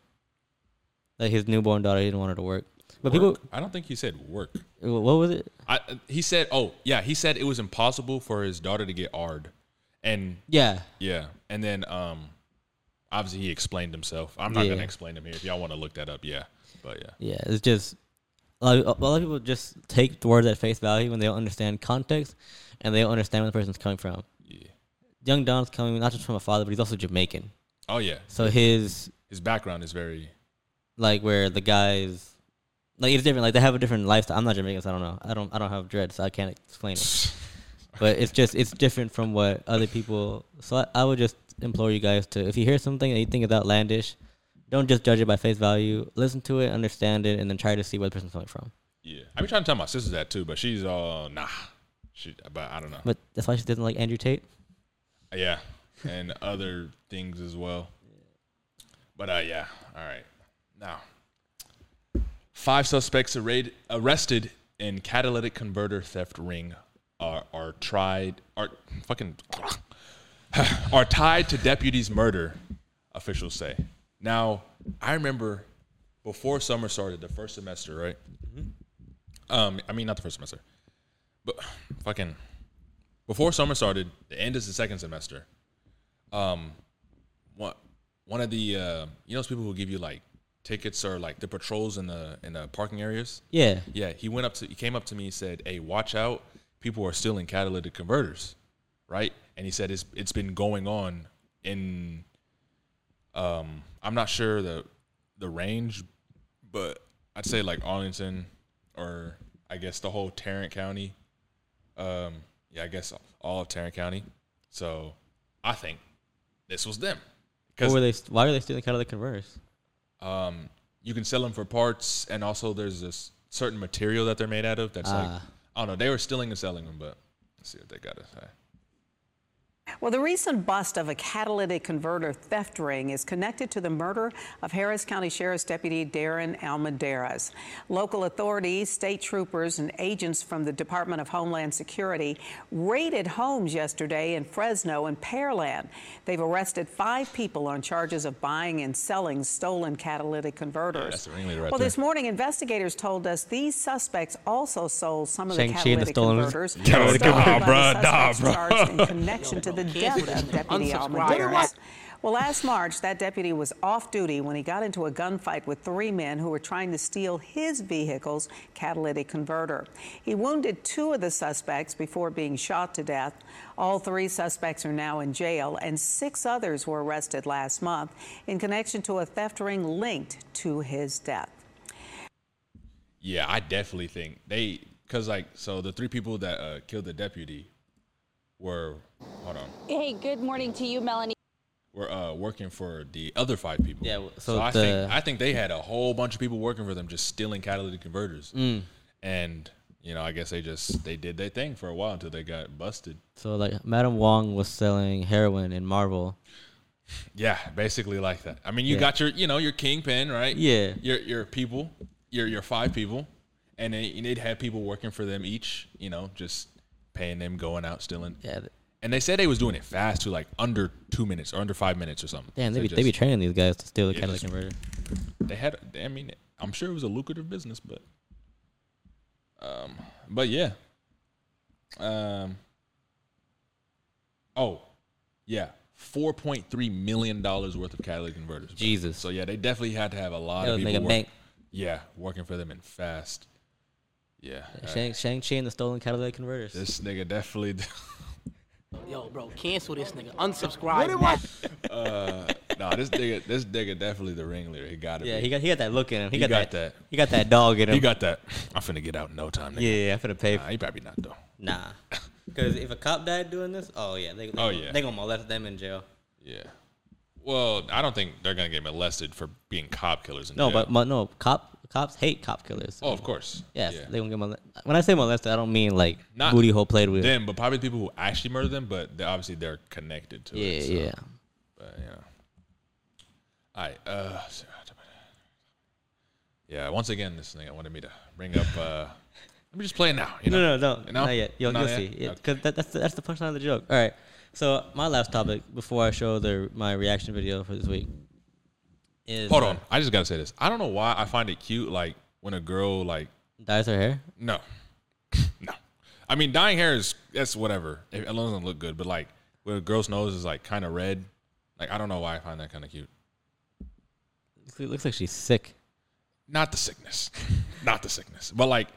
Speaker 1: like his newborn daughter he didn't want her to work but
Speaker 2: Work? I don't think he said work.
Speaker 1: people what was it
Speaker 2: I he said, oh yeah, he said it was impossible for his daughter to get ard, and
Speaker 1: Yeah.
Speaker 2: yeah, and then um, obviously he explained himself. I'm not
Speaker 1: Yeah.
Speaker 2: gonna explain him here. If y'all want to look that up, yeah, but yeah,
Speaker 1: yeah it's just a lot, of, a lot of people just take the words at face value when they don't understand context and they don't understand where the person's coming from yeah young Don's coming not just from a father but he's also Jamaican
Speaker 2: oh yeah.
Speaker 1: so his
Speaker 2: his background is very
Speaker 1: like where the guys like it's different like they have a different lifestyle i'm not jamaican so i don't know i don't i don't have dread so i can't explain it but it's just it's different from what other people so I, I would just implore you guys to if you hear something that you think is outlandish don't just judge it by face value listen to it understand it and then try to see where the person's coming from
Speaker 2: yeah. I be trying to tell my sister that too, but she's all nah. She, but I don't know.
Speaker 1: but that's why she doesn't like andrew tate
Speaker 2: Yeah, and other things as well. But uh, yeah, all right. Now, five suspects arrayed, arrested in catalytic converter theft ring are are tried are fucking are tied to deputy's murder. Officials say. Now, I remember before summer started, the first semester, right? Um, I mean, not the first semester, but fucking before summer started, the end is the second semester. Um, one one of the uh, you know those people who give you like tickets or like the patrols in the in the parking areas.
Speaker 1: Yeah.
Speaker 2: yeah. He went up to he came up to me and said, "Hey, watch out! People are stealing catalytic converters, right?" And he said, "It's it's been going on in um I'm not sure the the range, but I'd say like Arlington or I guess the whole Tarrant County. Um, yeah, I guess all of Tarrant County. So I think this was them.
Speaker 1: What were they why are they stealing catalytic converters
Speaker 2: Um, you can sell them for parts, and also there's this certain material that they're made out of that's like
Speaker 11: Ah.
Speaker 2: I don't know. They were stealing and selling them, but let's see what they got to say.
Speaker 11: Well, the recent bust of a catalytic converter theft ring is connected to the murder of Harris County Sheriff's Deputy Darren Almaderas. Local authorities, state troopers, and agents from the Department of Homeland Security raided homes yesterday in Fresno and Pearland. They've arrested five people on charges of buying and selling stolen catalytic converters.
Speaker 2: that's the ringleader right
Speaker 11: well,
Speaker 2: there.
Speaker 11: this morning, investigators told us these suspects also sold some of
Speaker 1: Shang-Chi
Speaker 11: the
Speaker 1: and the
Speaker 11: catalytic
Speaker 1: stolen-
Speaker 11: converters.
Speaker 1: Catalytic
Speaker 11: stolen by
Speaker 1: converter.
Speaker 11: the
Speaker 1: Nah, bruh,
Speaker 11: suspects
Speaker 1: nah, bruh.
Speaker 11: charged in connection to the death
Speaker 6: this
Speaker 11: of Deputy
Speaker 6: Unsubscribe.
Speaker 11: Almendares. Well, last March, that deputy was off duty when he got into a gunfight with three men who were trying to steal his vehicle's catalytic converter. He wounded two of the suspects before being shot to death. All three suspects are now in jail, and six others were arrested last month in connection to a theft ring linked to his death.
Speaker 2: Yeah, I definitely think they because like so the three people that uh, killed the deputy were hold on
Speaker 12: Hey, good morning to you, Melanie.
Speaker 2: were uh, working for the other five people. Yeah, so,
Speaker 1: so
Speaker 2: I
Speaker 1: the-
Speaker 2: think I think they had a whole bunch of people working for them just stealing catalytic converters,
Speaker 1: Mm.
Speaker 2: and you know I guess they just they did their thing for a while until they got busted.
Speaker 1: so like madam wong was selling heroin in marvel
Speaker 2: Yeah, basically like that. I mean, you
Speaker 1: Yeah.
Speaker 2: got your you know your kingpin right.
Speaker 1: Yeah.
Speaker 2: your your people, your your five people, and they, and they'd have people working for them each. You know, just paying them, going out, stealing.
Speaker 1: Yeah.
Speaker 2: And they said they was doing it fast to like under two minutes or under five minutes or something.
Speaker 1: damn they
Speaker 2: So
Speaker 1: be,
Speaker 2: just-
Speaker 1: they be training these guys to steal the
Speaker 2: Yeah,
Speaker 1: catalytic
Speaker 2: just-
Speaker 1: converter
Speaker 2: they had i mean i'm sure it was a lucrative business but um but yeah um oh yeah 4.3 million dollars worth of catalytic converters bro.
Speaker 1: Jesus.
Speaker 2: so yeah they definitely had to have a lot
Speaker 1: That
Speaker 2: of
Speaker 1: would
Speaker 2: people
Speaker 1: make a
Speaker 2: work-
Speaker 1: bank.
Speaker 2: yeah working for them and fast yeah all right.
Speaker 1: Shang Shang Chi and the stolen catalytic converters.
Speaker 2: this nigga definitely
Speaker 6: Yo, bro, cancel this nigga. Unsubscribe.
Speaker 2: What it was? uh, no, this nigga, this nigga definitely the ringleader. He got it.
Speaker 1: Yeah, he got he got that look in him. He, got, that, He got that dog in him.
Speaker 2: He got that. I'm finna get out in no time. Nigga.
Speaker 1: Yeah, I'm finna pay.
Speaker 2: Nah, he probably not though.
Speaker 1: Nah, because if a cop died doing this, oh yeah, they, they
Speaker 2: Oh, yeah.
Speaker 1: they gonna molest them in jail.
Speaker 2: Yeah. Well, I don't think they're gonna get molested for being cop killers. In
Speaker 1: No,
Speaker 2: jail.
Speaker 1: but mo- no cop cops hate cop killers.
Speaker 2: Oh, of course.
Speaker 1: Yes,
Speaker 2: Yeah.
Speaker 1: they gonna get molested. When I say molested, I don't mean like
Speaker 2: Not
Speaker 1: booty hole played with.
Speaker 2: them, but probably people who actually murder them. But they obviously they're connected to
Speaker 1: Yeah,
Speaker 2: it. so-
Speaker 1: yeah.
Speaker 2: But you know. All right. Uh, yeah. Once again, this thing I wanted me to bring up. Uh, let me just play it now. You know?
Speaker 1: No, no, no,
Speaker 2: You know?
Speaker 1: not yet. You'll,
Speaker 2: Not
Speaker 1: you'll
Speaker 2: yet?
Speaker 1: see, because that, that's the, that's the punchline of the joke. All right. So my last topic before I show the my reaction video for this week is
Speaker 2: Hold
Speaker 1: uh,
Speaker 2: on. I just gotta say this. I don't know why I find it cute. Like when a girl like
Speaker 1: dyes her hair.
Speaker 2: No, no. I mean, dyeing hair is that's whatever. It, it doesn't look good, but like when a girl's nose is like kind of red, like I don't know why I find that kind of cute.
Speaker 1: It looks like she's sick.
Speaker 2: Not the sickness, not the sickness, but like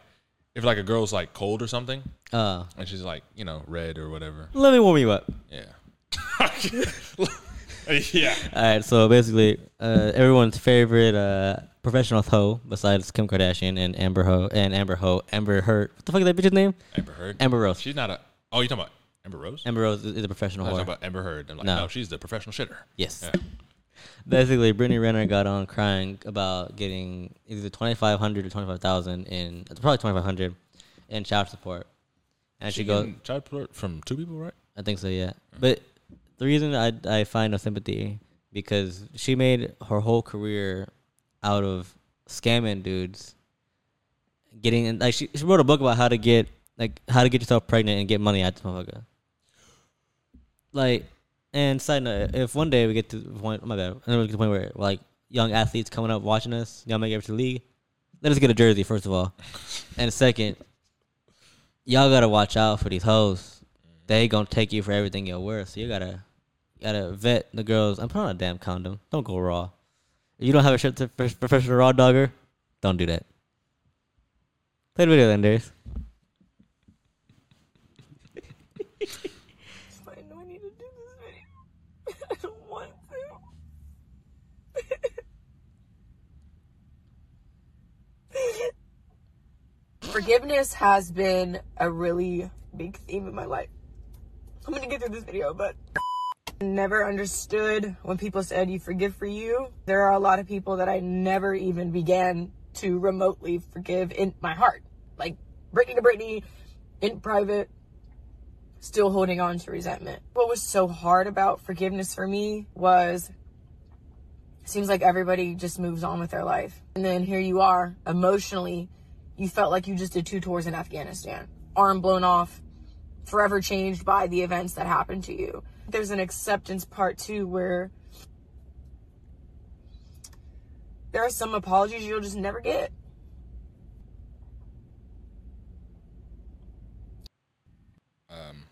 Speaker 2: if like a girl's like cold or something,
Speaker 1: Uh.
Speaker 2: and she's like you know red or whatever.
Speaker 1: Let me warm you up.
Speaker 2: Yeah. yeah.
Speaker 1: All right, so basically, uh, everyone's favorite uh, professional hoe besides Kim Kardashian and Amber Ho and Amber Ho Amber Heard. What the fuck is that bitch's name?
Speaker 2: Amber Heard.
Speaker 1: Amber Rose.
Speaker 2: She's not a. Oh, you talking about Amber Rose?
Speaker 1: Amber Rose is is a professional
Speaker 2: I was
Speaker 1: whore.
Speaker 2: talking about Amber Heard. I'm like, no, she's the professional shitter.
Speaker 1: Yes.
Speaker 2: Yeah.
Speaker 1: Basically, Brittany Renner got on crying about getting either twenty five hundred or twenty five thousand in probably twenty five hundred in child support, and she,
Speaker 2: She
Speaker 1: goes
Speaker 2: getting child support from two people, right? Mm.
Speaker 1: I think so, yeah. But the reason I I find no sympathy because she made her whole career out of scamming dudes, getting in like she, she wrote a book about how to get like how to get yourself pregnant and get money out of this motherfucker. Like, and side note, if one day we get to the point, my bad, and we get to the point where like young athletes coming up watching us, y'all make it to the league, let us get a jersey first of all, and second, y'all gotta watch out for these hoes. They gonna take you for everything you're worth. So you gotta gotta vet the girls. I'm putting on a damn condom. Don't go raw. If you don't have a shirt to prof- professional raw dogger, don't do that. Play the video then, Darius.
Speaker 13: I know I need to do this video. I don't want to. Forgiveness has been a really big theme in my life. I'm gonna get through this video, but never understood when people said you forgive for you. There are a lot of people that I never even began to remotely forgive in my heart. Like Brittany to Brittany, in private, still holding on to resentment. What was so hard about forgiveness for me was it seems like everybody just moves on with their life. And then here you are, emotionally, you felt like you just did two tours in Afghanistan, arm blown off, forever changed by the events that happened to you. There's an acceptance part too where there are some apologies you'll just never get.
Speaker 2: Um,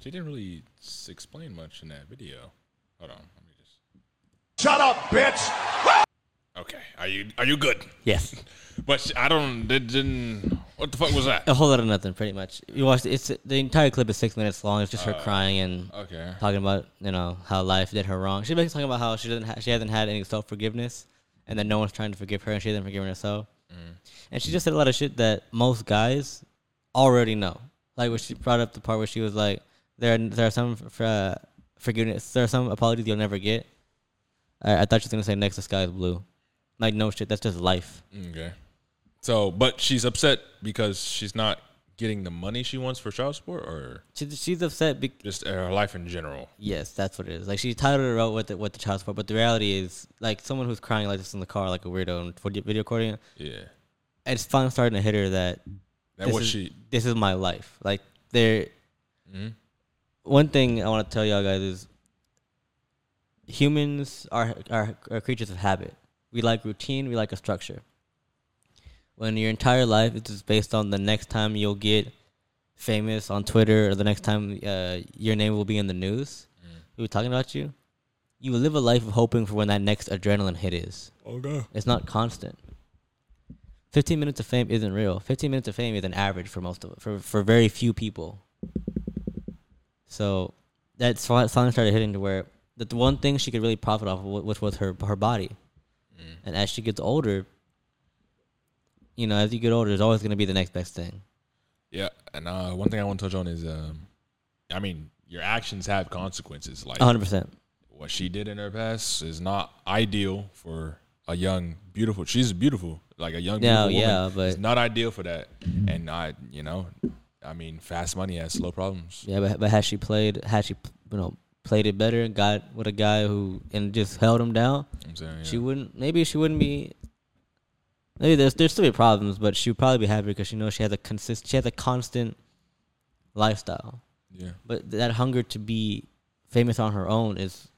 Speaker 2: she didn't really s- explain much in that video. Hold on, let me just.
Speaker 14: Shut up, bitch.
Speaker 2: Okay, are you are you good?
Speaker 1: Yes.
Speaker 2: but she- I don't. It didn't. What the fuck was that?
Speaker 1: A whole lot of nothing, pretty much. You watched it's the entire clip is six minutes long. It's just her
Speaker 2: Uh,
Speaker 1: crying and
Speaker 2: okay.
Speaker 1: talking about you know how life did her wrong. She's basically talking about how she doesn't ha- she hasn't had any self forgiveness, and that no one's trying to forgive her, and she hasn't forgiven herself.
Speaker 2: Mm.
Speaker 1: And she just said a lot of shit that most guys already know. Like when she brought up the part where she was like, "There, are, there are some f- uh, forgiveness, there are some apologies you'll never get." I, I thought she was gonna say, "Next, the sky is blue." Like no shit, that's just life.
Speaker 2: Okay. So, but she's upset because she's not getting the money she wants for child support, or
Speaker 1: she's she's upset because
Speaker 2: just uh, her life in general.
Speaker 1: Yes, that's what it is. Like she titled her out with the, with the child support, but the reality is, like someone who's crying like this in the car, like a weirdo, and for video recording it.
Speaker 2: Yeah.
Speaker 1: It's finally starting to hit her that.
Speaker 2: That
Speaker 1: this
Speaker 2: what
Speaker 1: is-
Speaker 2: she-
Speaker 1: This is my life. Like there.
Speaker 2: Mhm.
Speaker 1: One thing I want to tell y'all guys is. Humans are, are are creatures of habit. We like routine. We like a structure. When your entire life is just based on the next time you'll get famous on Twitter or the next time uh, your name will be in the news, we were talking about you. You live a life of hoping for when that next adrenaline hit is.
Speaker 2: Okay.
Speaker 1: It's not constant. 15 minutes of fame isn't real. 15 minutes of fame is an average for most of for for very few people. So that song song started hitting to where the the one thing she could really profit off of, wa- which was her her body.
Speaker 2: Mm.
Speaker 1: And as she gets older, you know, as you get older, there's always going to be the next best thing.
Speaker 2: Yeah, and uh, one thing I want to touch on is, um, I mean, your actions have consequences. Like
Speaker 1: 100%.
Speaker 2: What she did in her past is not ideal for a young, beautiful. She's beautiful, like a young,
Speaker 1: No,
Speaker 2: beautiful woman.
Speaker 1: yeah, but-
Speaker 2: it's not ideal for that. And I, you know, I mean, fast money has slow problems.
Speaker 1: Yeah, but but had she played, had she you know played it better and got with a guy who and just held him down,
Speaker 2: I'm saying,
Speaker 1: she wouldn't. Maybe she wouldn't be. Maybe there's there's still be problems, but she would probably be happy because she knows she has a consist she has a constant lifestyle.
Speaker 2: Yeah.
Speaker 1: But that hunger to be famous on her own is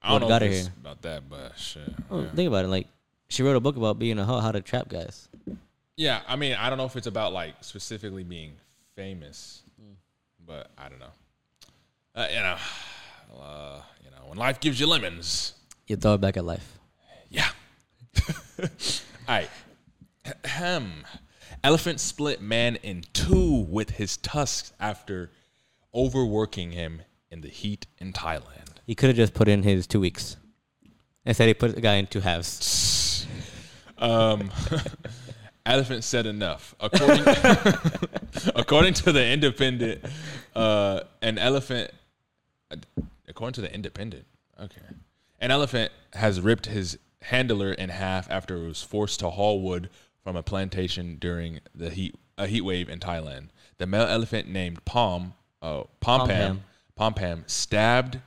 Speaker 2: I don't
Speaker 1: what
Speaker 2: know
Speaker 1: got her
Speaker 2: if
Speaker 1: here.
Speaker 2: it's about that, but shit.
Speaker 1: Well,
Speaker 2: yeah.
Speaker 1: Think about it. Like she wrote a book about being a hoe, how to trap guys.
Speaker 2: Yeah, I mean, I don't know if it's about like specifically being famous, but I don't know. Uh, you know, uh, you know, when life gives you lemons.
Speaker 1: You throw it back at life.
Speaker 2: All right. Ahem. Elephant split man in two with his tusks after overworking him in the heat in Thailand.
Speaker 1: He could have just put in his two weeks. Instead, he put the guy in two halves.
Speaker 2: Um, elephant said enough. According, according to the Independent, uh, an elephant. uh, According to the Independent, okay, an elephant has ripped his handler in half after it was forced to haul wood from a plantation during the heat a heat wave in Thailand. The male elephant named Palm, oh Pompam, Pompam stabbed.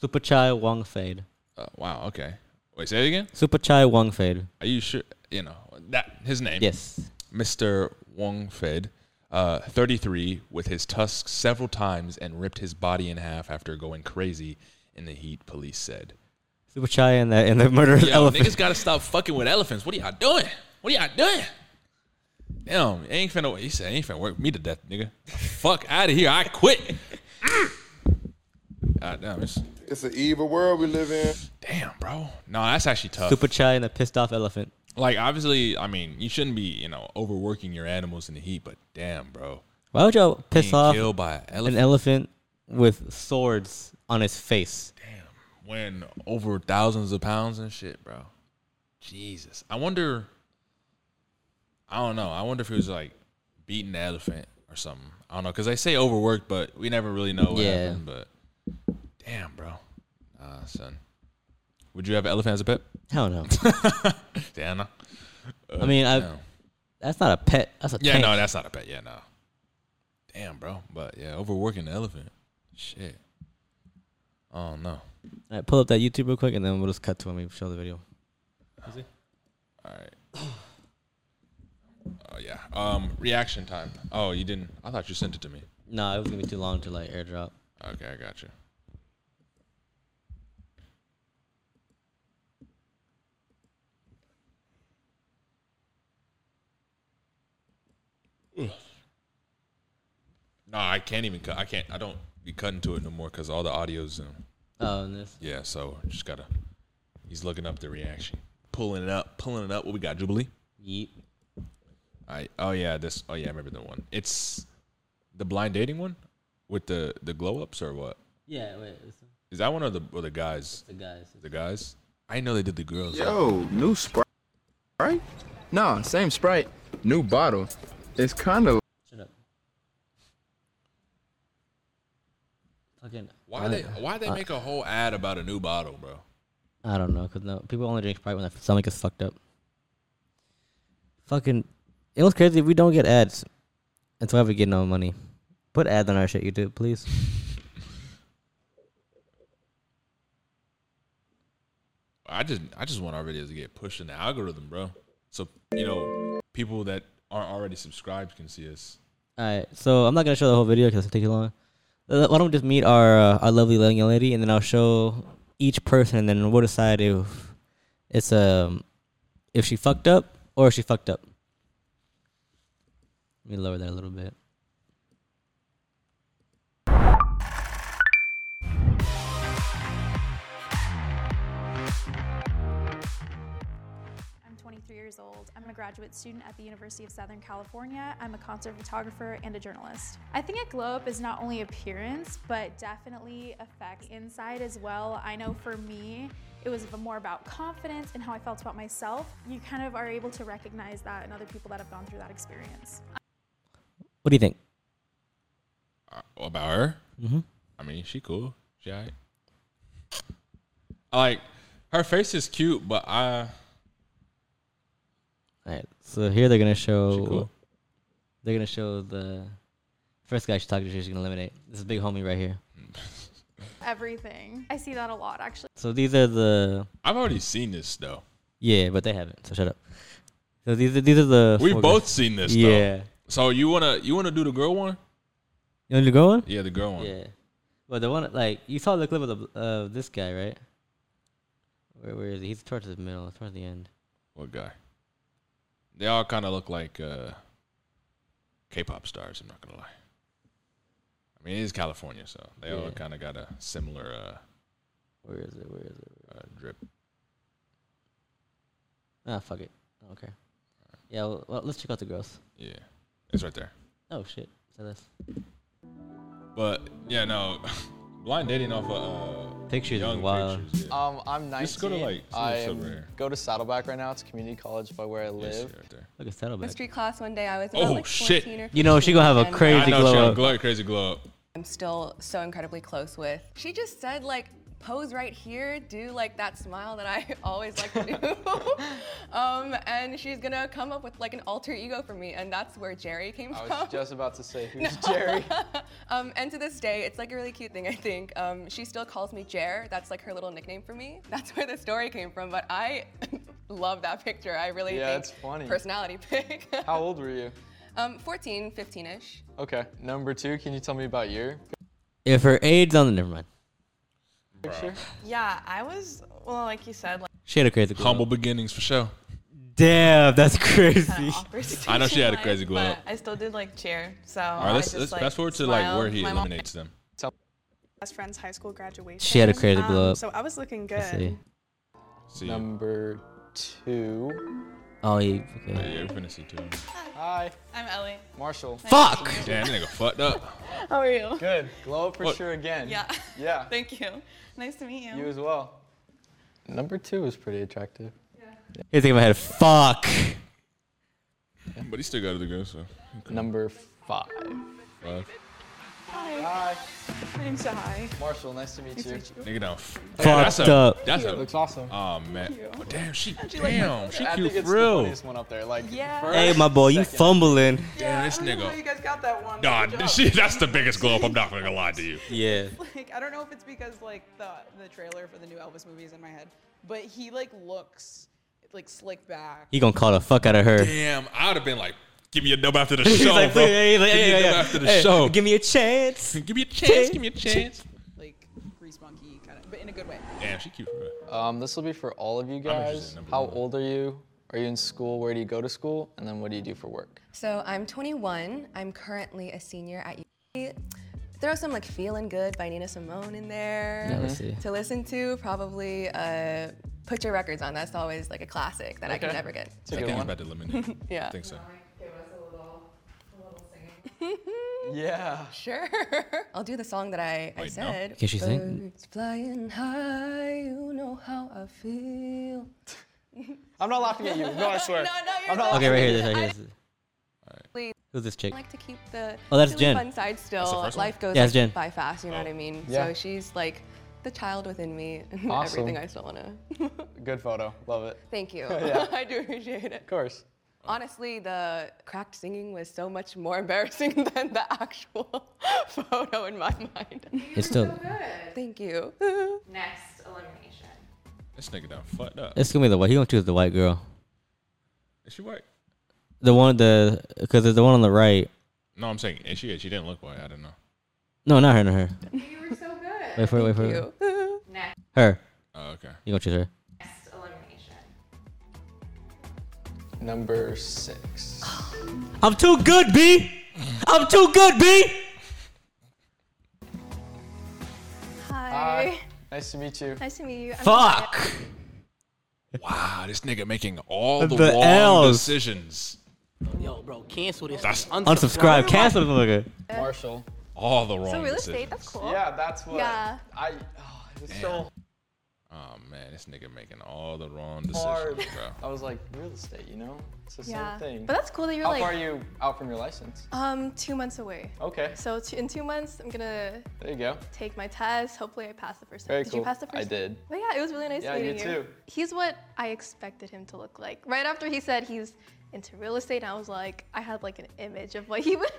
Speaker 1: Superchai Wong Fade.
Speaker 2: Uh, wow. Okay. Wait. Say it again.
Speaker 1: Superchai Wong Fade.
Speaker 2: Are you sure? You know that his name.
Speaker 1: Yes.
Speaker 2: Mr. Wong Fed, uh, 33, with his tusks several times and ripped his body in half after going crazy in the heat. Police said.
Speaker 1: Superchai and the and the murderous
Speaker 2: Yo,
Speaker 1: elephant.
Speaker 2: niggas gotta stop fucking with elephants. What are y'all doing? What are y'all doing? Damn, it ain't finna. He said, it ain't finna work me to death, nigga. Fuck out of here. I quit. God damn, it's
Speaker 15: It's an evil world we live in.
Speaker 2: Damn, bro. no. That's actually tough.
Speaker 1: Superchai and the pissed off elephant.
Speaker 2: Like, obviously, I mean, you shouldn't be, you know, overworking your animals in the heat. But damn, bro.
Speaker 1: Why would y'all piss
Speaker 2: Being
Speaker 1: off
Speaker 2: killed by an elephant?
Speaker 1: an elephant with swords on his face?
Speaker 2: weighing over thousands of pounds and shit, bro. Jesus. I wonder. I don't know. I wonder if he was like beating the elephant or something. I don't know because they say overworked, but we never really know what
Speaker 1: Yeah.
Speaker 2: happened. But damn, bro. Uh, Nah, son. Would you have an elephant as a pet?
Speaker 1: Hell no.
Speaker 2: damn. no. Uh,
Speaker 1: I mean, I.
Speaker 2: damn.
Speaker 1: That's not a pet. That's a
Speaker 2: yeah,
Speaker 1: tank.
Speaker 2: no, that's not a pet. Yeah, no. Damn, bro. But yeah, overworking the elephant. Shit. I don't know.
Speaker 1: All right, pull up that YouTube real quick, and then we'll just cut to him and show the video.
Speaker 2: All right. Oh yeah. Um, reaction time. Oh, you didn't. I thought you sent it to me.
Speaker 1: No, it was gonna be too long to like airdrop.
Speaker 2: Okay, I got you. No, I can't even cut. I can't. I don't be cutting to it no more because all the audio's. Um,
Speaker 1: Oh, and this.
Speaker 2: Yeah, so just gotta. He's looking up the reaction, pulling it up, pulling it up. What we got, Jubilee?
Speaker 1: Yeet.
Speaker 2: I oh yeah this oh yeah I remember the one. It's the blind dating one with the the glow ups or what?
Speaker 1: Yeah, wait. It's,
Speaker 2: Is that one or the or the guys?
Speaker 1: The guys.
Speaker 2: The guys. I know they did the girls.
Speaker 16: Yo, new Sprite? Right? Nah, same Sprite. New bottle. It's kind of.
Speaker 1: Shut up. Fucking.
Speaker 2: Why they why they
Speaker 1: I-
Speaker 2: make a whole ad about a new bottle, bro?
Speaker 1: I don't know, cause no people only drink Sprite when their stomach is fucked up. Fucking, it was crazy. We don't get ads. That's why we get no money. Put ads on our shit, YouTube, please.
Speaker 2: I just I just want our videos to get pushed in the algorithm, bro. So you know people that aren't already subscribed can see us.
Speaker 1: All right, so I'm not gonna show the whole video because it's gonna take too long. Uh, Why don't we just meet our uh, our lovely young lady, and then I'll show each person, and then we'll decide if it's um if she fucked up or if she fucked up. Let me lower that a little bit.
Speaker 17: I'm 23 years old. I'm a graduate student at the University of Southern California. I'm a concert photographer and a journalist. I think a glow up is not only appearance, but definitely affects inside as well. I know for me, it was more about confidence and how I felt about myself. You kind of are able to recognize that in other people that have gone through that experience.
Speaker 1: What do you think?
Speaker 2: about her.
Speaker 1: Mhm.
Speaker 2: I mean, she cool. She alright. I Like her face is cute, but I
Speaker 1: All right. So here they're gonna show. They're gonna show the first guy she talked to. She's gonna eliminate. This is big homie right here.
Speaker 17: Everything. I see that a lot actually.
Speaker 1: So these are the.
Speaker 2: I've already seen this though.
Speaker 1: Yeah, but they haven't. So shut up. So these are these are the.
Speaker 2: We've
Speaker 1: four
Speaker 2: both
Speaker 1: guys.
Speaker 2: seen this.
Speaker 1: Yeah.
Speaker 2: Though. So you wanna you wanna do the girl one?
Speaker 1: You want to go on?
Speaker 2: Yeah, the girl one.
Speaker 1: Yeah. But the one like you saw the clip of the of this guy, right? Where where is he? He's towards the middle, towards the end.
Speaker 2: What guy? They all kind of look like uh, K-pop stars. I'm not gonna lie. I mean, it is California, so they all
Speaker 1: Yeah.
Speaker 2: kind of got a similar. Uh,
Speaker 1: where is it? Where is it?
Speaker 2: Uh, drip.
Speaker 1: Ah, fuck it. Okay. Yeah. Well, well, let's check out the girls.
Speaker 2: Yeah, it's right there.
Speaker 1: Oh shit. So that's
Speaker 2: But yeah, no, blind dating off of uh,
Speaker 1: Pictures is
Speaker 2: Young
Speaker 1: wild.
Speaker 2: pictures.
Speaker 18: Um, I'm 19.
Speaker 2: Just go to, like, some
Speaker 18: I
Speaker 2: of the
Speaker 18: am- go to Saddleback right now. It's a community college by where I live.
Speaker 1: Look at Saddleback.
Speaker 19: History class one day, I was about
Speaker 18: Oh,
Speaker 19: like 14
Speaker 18: shit.
Speaker 19: or 15.
Speaker 1: You know she gonna have a
Speaker 19: and
Speaker 1: crazy
Speaker 2: I know she
Speaker 1: glow
Speaker 2: gonna
Speaker 1: up.
Speaker 2: glow, crazy glow up.
Speaker 19: I'm still so incredibly close with. She just said like pose right here, do like that smile that I always like to do, um, and she's gonna come up with like an alter ego for me, and that's where Jerry came
Speaker 18: I
Speaker 19: from.
Speaker 18: was just about to say, who's
Speaker 19: No.
Speaker 18: Jerry?
Speaker 19: um, and to this day, it's like a really cute thing, I think. Um, she still calls me Jer. That's like her little nickname for me. That's where the story came from, but I love that picture. I really
Speaker 18: Yeah,
Speaker 19: think
Speaker 18: it's funny.
Speaker 19: personality pick.
Speaker 18: How old were you?
Speaker 19: um, 14, 15 ish.
Speaker 18: Okay. Number two, can you tell me about your
Speaker 1: If her age on the never mind.
Speaker 18: picture?
Speaker 20: Yeah, I was well, like you said, like
Speaker 1: She had a crazy glow.
Speaker 2: Humble beginnings for sure.
Speaker 1: Damn, that's
Speaker 20: kinda
Speaker 1: crazy.
Speaker 20: awkward
Speaker 2: I know she had a
Speaker 20: situation-wise,
Speaker 2: crazy glow
Speaker 20: but
Speaker 2: up.
Speaker 20: I still did like cheer. So
Speaker 2: All right, let's, let's fast forward to like where he
Speaker 20: My mom-
Speaker 2: eliminates them.
Speaker 20: best friend's high school graduation. Um,
Speaker 1: She had a crazy glow up.
Speaker 20: So I was looking
Speaker 1: Let's see.
Speaker 20: good.
Speaker 18: Number two.
Speaker 1: Oh, he.
Speaker 2: Yeah,
Speaker 1: Okay.
Speaker 2: yeah, we're finna see two.
Speaker 18: Hi.
Speaker 20: I'm Ellie.
Speaker 18: Marshall.
Speaker 2: Fuck! Damn, that nigga fucked up.
Speaker 20: How are you?
Speaker 18: Good. Glow up for
Speaker 20: What?
Speaker 18: sure again.
Speaker 20: Yeah.
Speaker 18: Yeah.
Speaker 20: Thank you. Nice to meet you.
Speaker 18: You as well. Number two is pretty attractive.
Speaker 1: He's thinking in my head. Fuck.
Speaker 2: But he still got other girls, so.
Speaker 18: Number five.
Speaker 2: Five.
Speaker 20: Hi. My name's Sahai.
Speaker 18: Marshall, nice to meet you.
Speaker 2: Nigga down. Fucked
Speaker 18: Fucked
Speaker 2: that's a,
Speaker 18: up.
Speaker 2: That's a,
Speaker 18: Cute. Looks awesome.
Speaker 2: Oh man. Oh, damn, she.
Speaker 18: She like-
Speaker 2: damn, she
Speaker 18: I
Speaker 2: cute
Speaker 18: think it's
Speaker 2: for
Speaker 18: the
Speaker 2: real.
Speaker 18: funniest one up there. Like, yeah.
Speaker 1: Hey, my boy, you fumbling.
Speaker 2: Damn, this nigga. You guys got that one. Nah, this shit- that's the biggest glow up. I'm not gonna lie to you.
Speaker 1: Yeah.
Speaker 21: like I don't know if it's because like the the trailer for the new Elvis movie is in my head, but he like looks like slick back.
Speaker 1: He gonna call the fuck out of her.
Speaker 2: Damn, I would have been like, give me a dub after the
Speaker 1: He's
Speaker 2: show,
Speaker 1: like,
Speaker 2: bro.
Speaker 1: "Hey, hey,
Speaker 2: give
Speaker 1: hey,
Speaker 2: me a
Speaker 1: hey,
Speaker 2: dub
Speaker 1: hey,
Speaker 2: after the
Speaker 1: hey,
Speaker 2: show.
Speaker 1: Give me a chance.
Speaker 2: Give me a chance. Give me a chance.
Speaker 20: Like grease monkey kind of, but in a good way.
Speaker 2: Damn, she cute for real.
Speaker 18: Um, this will be for all of you
Speaker 2: interested in
Speaker 18: guys. How old are you? Are you in school? Where do you go to school? And then what do you do for work?
Speaker 19: So I'm 21. I'm currently a senior at UC. Throw some like "Feeling Good" by Nina Simone in there
Speaker 18: Yeah, let's see.
Speaker 19: to listen to. Probably uh, put your records on. That's always like a classic that I can
Speaker 18: Okay.
Speaker 19: never get.
Speaker 18: It's a good one.
Speaker 2: about to eliminate.
Speaker 19: yeah.
Speaker 2: I think so.
Speaker 18: Yeah.
Speaker 19: Sure. I'll do the song that I, I
Speaker 18: Wait, no.
Speaker 19: said.
Speaker 1: Can she sing?
Speaker 19: Birds flying high, you know how I feel.
Speaker 18: I'm not laughing at you. No, I swear.
Speaker 19: No, no, you're
Speaker 18: I'm not laughing
Speaker 1: Okay, right
Speaker 18: at
Speaker 1: here.
Speaker 18: you.
Speaker 1: This, right here. This-
Speaker 19: Please.
Speaker 1: Who's this chick?
Speaker 19: I like to keep the
Speaker 1: Oh, that's
Speaker 19: silly
Speaker 1: Jen.
Speaker 19: fun side still.
Speaker 1: That's the first one?
Speaker 19: Life goes
Speaker 1: Yeah, it's Jen.
Speaker 19: by fast, you know what I mean?
Speaker 18: Yeah.
Speaker 19: So she's like the child within me and
Speaker 18: Awesome.
Speaker 19: everything I still want to.
Speaker 18: Good photo. Love it.
Speaker 19: Thank you.
Speaker 18: Yeah.
Speaker 19: I do appreciate it.
Speaker 18: Of course.
Speaker 19: Honestly, the cracked singing was so much more embarrassing than the actual photo in my mind.
Speaker 1: It's still.
Speaker 19: Thank you.
Speaker 22: Next elimination.
Speaker 2: This nigga done fucked up.
Speaker 1: It's gonna be the white. He gonna choose the white girl.
Speaker 2: Is she white?
Speaker 1: The one the because there's the one on the right.
Speaker 2: No, I'm saying is she. She didn't look white. I don't know.
Speaker 1: No, not her. Not her.
Speaker 22: You were so good.
Speaker 1: Wait for it. Wait for it.
Speaker 22: Next
Speaker 1: Her.
Speaker 2: Oh, okay.
Speaker 1: You gonna choose her?
Speaker 22: elimination.
Speaker 18: Number six.
Speaker 1: I'm too good, B. I'm too good, B.
Speaker 18: Nice to meet you.
Speaker 22: Nice to meet you.
Speaker 1: Fuck.
Speaker 2: wow, this nigga making all the,
Speaker 1: The
Speaker 2: wrong
Speaker 1: L's.
Speaker 2: decisions.
Speaker 6: Yo, bro, cancel this.
Speaker 2: That's
Speaker 6: nigga.
Speaker 1: Unsubscribe, cancel the nigga.
Speaker 18: Marshall.
Speaker 2: All the wrong
Speaker 6: So real
Speaker 2: decisions.
Speaker 6: estate, that's cool.
Speaker 18: Yeah, that's what.
Speaker 6: Yeah.
Speaker 18: I. Oh, it was
Speaker 2: Damn.
Speaker 18: so
Speaker 2: Oh man, this nigga making all the wrong decisions,
Speaker 18: hard.
Speaker 2: bro.
Speaker 18: I was like, real estate, you know, it's the
Speaker 22: Yeah.
Speaker 18: same thing.
Speaker 22: But that's cool that you're
Speaker 18: How
Speaker 22: like-
Speaker 18: far are you out from your license?
Speaker 22: Um, two months away.
Speaker 18: Okay.
Speaker 22: So t- in two months, I'm gonna
Speaker 18: There you go.
Speaker 22: take my test. Hopefully, I pass the first.
Speaker 18: Very
Speaker 22: one. did
Speaker 18: cool.
Speaker 22: you pass the first?
Speaker 18: I
Speaker 22: one?
Speaker 18: did.
Speaker 22: But yeah, it was really nice
Speaker 18: Yeah, you
Speaker 22: meeting you.
Speaker 18: too.
Speaker 22: He's what I expected him to look like. Right after he said he's into real estate, I was like, I had like an image of what he would.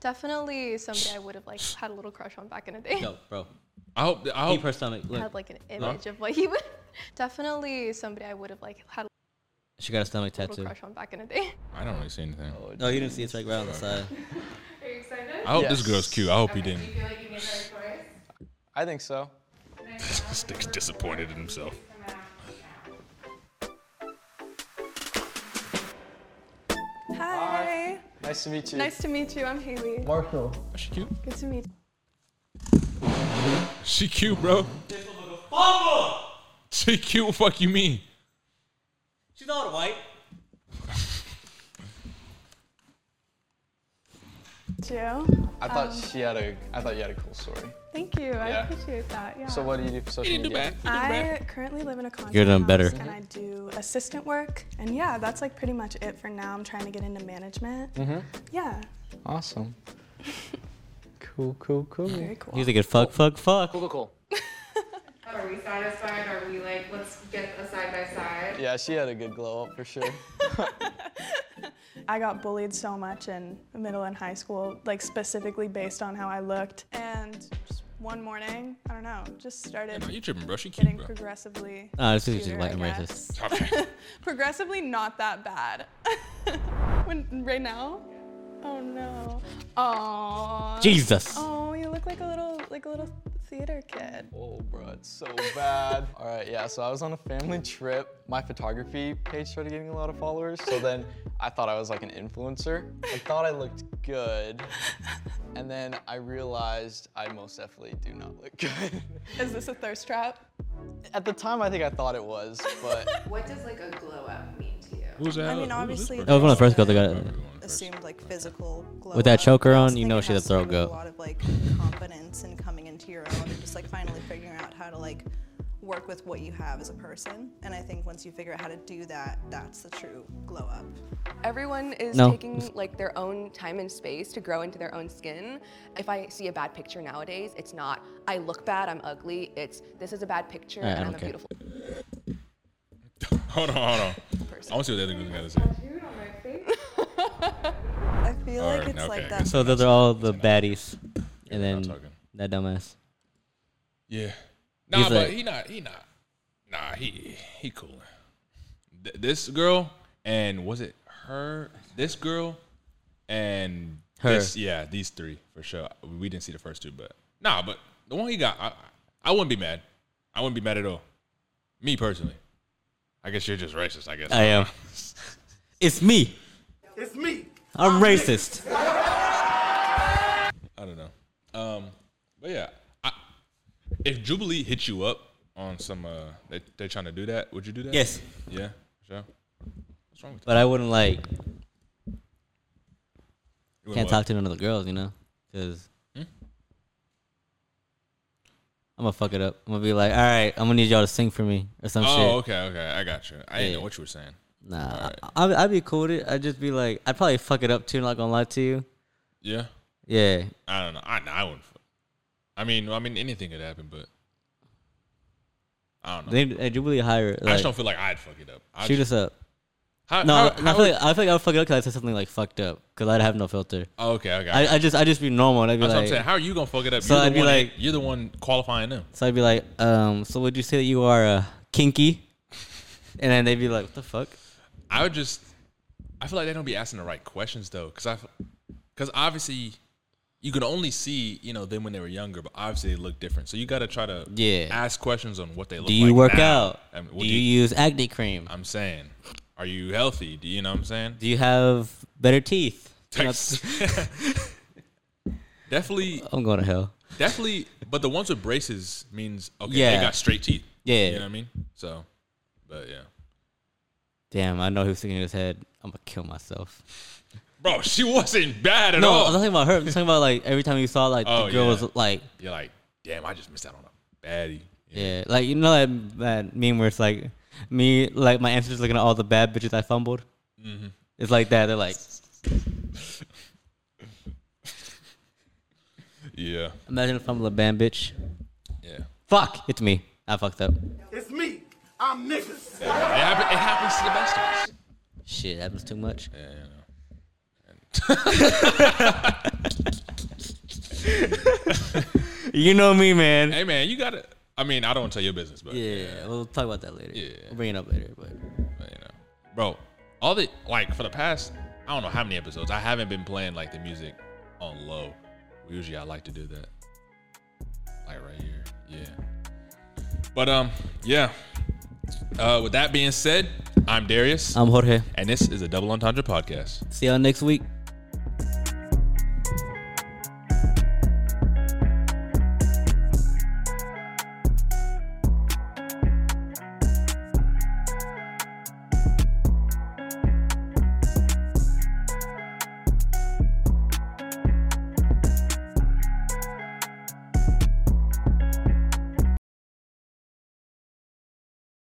Speaker 22: Definitely somebody I would have like had a little crush on back in the day.
Speaker 1: Yo, bro.
Speaker 2: I hope. I hope
Speaker 1: Keep her stomach.
Speaker 22: I
Speaker 1: Look,
Speaker 22: had like an
Speaker 1: Huh?
Speaker 22: image of what he would. Definitely somebody I would have like had a
Speaker 1: She got a stomach
Speaker 22: little
Speaker 1: tattoo.
Speaker 22: crush on back in the day.
Speaker 2: I don't really see anything.
Speaker 1: No, you didn't see it. It's like right on the side.
Speaker 22: Are you excited?
Speaker 2: I hope this girl's cute. I hope he didn't.
Speaker 22: feel like you made the right choice?
Speaker 18: I think so.
Speaker 2: this nigga's disappointed in himself.
Speaker 22: Hi.
Speaker 18: Nice to meet you.
Speaker 22: Nice to meet you. I'm Haley.
Speaker 18: Marshall.
Speaker 2: Is she cute?
Speaker 22: Good to meet you.
Speaker 2: She cute, bro. She cute. what Fuck you, mean?
Speaker 1: She's not white.
Speaker 22: Joe.
Speaker 18: I thought
Speaker 22: Um,
Speaker 18: she had a. I thought you had a cool story.
Speaker 22: Thank you. I
Speaker 18: Yeah.
Speaker 22: appreciate that. Yeah.
Speaker 18: So what do you do for social media?
Speaker 22: I currently live in a condo
Speaker 1: You're done
Speaker 22: house,
Speaker 1: better.
Speaker 22: and I do assistant work. And yeah, that's like pretty much it for now. I'm trying to get into management.
Speaker 18: Mm-hmm.
Speaker 22: Yeah.
Speaker 18: Awesome. cool, cool, cool.
Speaker 22: Very cool.
Speaker 1: He's thinking fuck, fuck, fuck.
Speaker 18: Cool, cool, cool.
Speaker 22: Are we satisfied? Are we like, let's get a side by side?
Speaker 18: Yeah, she had a good glow up for sure.
Speaker 3: I got bullied so much in middle and high school, like specifically based on how I looked. And just one morning, I don't know, just started
Speaker 2: No, you tripping, bro. She cute,
Speaker 3: getting
Speaker 2: bro.
Speaker 3: progressively
Speaker 1: Ah, this is just
Speaker 3: cuter,
Speaker 1: white
Speaker 3: I
Speaker 1: and
Speaker 3: guess.
Speaker 1: racist.
Speaker 3: progressively not that bad. when right now? Oh no. Oh.
Speaker 1: Jesus.
Speaker 3: Oh, you look like a little like a little theater kid.
Speaker 18: oh, bro, it's so bad. All right, yeah. So I was on a family trip. My photography page started getting a lot of followers. So then I thought I was like an influencer. I thought I looked good, and then I realized I most definitely do not look good.
Speaker 3: Is this a thirst trap?
Speaker 18: At the time, I think I thought it was, but
Speaker 22: What does like a glow up mean to you?
Speaker 2: Who's that?
Speaker 3: I mean, obviously.
Speaker 1: That was one of the first girls that got it.
Speaker 3: Assumed like physical glow.
Speaker 1: With that
Speaker 3: up.
Speaker 1: choker
Speaker 3: I
Speaker 1: on,
Speaker 3: also
Speaker 1: you
Speaker 3: think
Speaker 1: know
Speaker 3: it
Speaker 1: she's a
Speaker 3: has
Speaker 1: throw
Speaker 3: kind of
Speaker 1: goat.
Speaker 3: A lot of like confidence and coming into your own, and just like finally figuring out how to like work with what you have as a person. And I think once you figure out how to do that, that's the true glow up.
Speaker 19: Everyone is
Speaker 1: No.
Speaker 19: taking like their own time and space to grow into their own skin. If I see a bad picture nowadays, it's not I look bad, I'm ugly. It's this is a bad picture
Speaker 2: Alright, I
Speaker 19: and I'm
Speaker 2: don't
Speaker 19: a
Speaker 2: care.
Speaker 19: beautiful
Speaker 2: Hold on, hold on. I want to see what the other girl's got to say.
Speaker 3: I feel like
Speaker 2: Alright,
Speaker 3: it's
Speaker 2: okay.
Speaker 3: like that.
Speaker 1: So those are all the baddies, and then that dumbass.
Speaker 2: Yeah. Nah,
Speaker 1: He's
Speaker 2: but
Speaker 1: like-
Speaker 2: he not. He not. Nah, he he cool. Th- this girl and was it her? This girl and
Speaker 1: Her.
Speaker 2: This, yeah, these three for sure. We didn't see the first two, but nah, but the one he got, I, I wouldn't be mad. I wouldn't be mad at all. Me personally, I guess you're just racist. I guess
Speaker 1: I am. It's me.
Speaker 14: It's me.
Speaker 1: I'm racist.
Speaker 2: I don't know. Um, but yeah, I, if Jubilee hit you up on some, uh, they they trying to do that, would you do that?
Speaker 1: Yes.
Speaker 2: Yeah. Sure. What's wrong with
Speaker 1: But I wouldn't like.
Speaker 2: wouldn't
Speaker 1: Can't
Speaker 2: what?
Speaker 1: talk to none of the girls, you know, because
Speaker 2: Hmm?
Speaker 1: I'm gonna fuck it up. I'm gonna be like, all right, I'm gonna need y'all to sing for me or some
Speaker 2: oh,
Speaker 1: shit.
Speaker 2: okay, okay. I got you. I didn't know
Speaker 1: Yeah.
Speaker 2: what you were saying.
Speaker 1: Nah, I, I'd, I'd be cool with it. I'd just be like, I'd probably fuck it up too. Not gonna lie to you.
Speaker 2: Yeah.
Speaker 1: Yeah.
Speaker 2: I don't know. I I wouldn't. fu- I mean, I mean, anything could happen, but I don't know.
Speaker 1: They, they Jubilee
Speaker 2: I
Speaker 1: hire.
Speaker 2: just
Speaker 1: like,
Speaker 2: don't feel like I'd fuck it up. I
Speaker 1: shoot
Speaker 2: just,
Speaker 1: us up.
Speaker 2: How-
Speaker 1: no,
Speaker 2: how-
Speaker 1: I,
Speaker 2: how
Speaker 1: feel like, I feel like I would fuck it up because I said something like fucked up because I'd have no filter.
Speaker 2: Oh, okay, okay, okay.
Speaker 1: I, I just I just be normal. And I'd be
Speaker 2: That's
Speaker 1: like,
Speaker 2: what I'm saying. How are you gonna fuck it up?
Speaker 1: So
Speaker 2: you're
Speaker 1: I'd
Speaker 2: the
Speaker 1: be
Speaker 2: one,
Speaker 1: like,
Speaker 2: you're the one qualifying them.
Speaker 1: so I'd be like, um, so would you say that you are uh, kinky? and then they'd be like, what the fuck?
Speaker 2: I would just. I feel like they don't be asking the right questions though, because I, because obviously, you can only see you know them when they were younger, but obviously they look different. So you got to try to
Speaker 1: Yeah.
Speaker 2: ask questions on what they look.
Speaker 1: Do you
Speaker 2: like
Speaker 1: work
Speaker 2: now.
Speaker 1: out?
Speaker 2: I mean,
Speaker 1: do, you, use acne cream?
Speaker 2: I'm saying, are you healthy? Do you know what I'm saying?
Speaker 1: Do you have better teeth? You know,
Speaker 2: Definitely,
Speaker 1: I'm going to hell.
Speaker 2: definitely. But the ones with braces means okay,
Speaker 1: Yeah.
Speaker 2: they got straight teeth.
Speaker 1: Yeah.
Speaker 2: you know what I mean. So, but yeah,
Speaker 1: Damn, I know he was thinking in his head, I'm gonna kill myself.
Speaker 2: Bro, she wasn't bad at
Speaker 1: no,
Speaker 2: all.
Speaker 1: I'm not talking about her. I'm talking about like every time you saw like
Speaker 2: Oh,
Speaker 1: the girl
Speaker 2: yeah.
Speaker 1: was like
Speaker 2: You're like, damn, I just missed out on a baddie.
Speaker 1: yeah. Like you know that that meme where it's like me like my ancestors looking at all the bad bitches I fumbled?
Speaker 2: Mhm.
Speaker 1: It's like that. They're like
Speaker 2: Yeah.
Speaker 1: Imagine if I'm a bad bitch.
Speaker 2: Yeah.
Speaker 1: Fuck, it's me. I fucked up.
Speaker 14: It's me. I'm niggas.
Speaker 2: It, happen- it happens to the best of us.
Speaker 1: Shit happens too much.
Speaker 2: Yeah, yeah,
Speaker 1: you know me, man.
Speaker 2: Hey man, you gotta I mean, I don't want to tell your business, but
Speaker 1: yeah, we'll talk about that later. Yeah, we'll bring it up later. But
Speaker 2: bro, all the like for the past I don't know how many episodes, I haven't been playing like the music on low. Usually I like to do that. Like right here. Yeah. But um, yeah. Uh with that being said, I'm Darius.
Speaker 1: I'm Jorge.
Speaker 2: And this is a double entendre podcast.
Speaker 1: See y'all next week.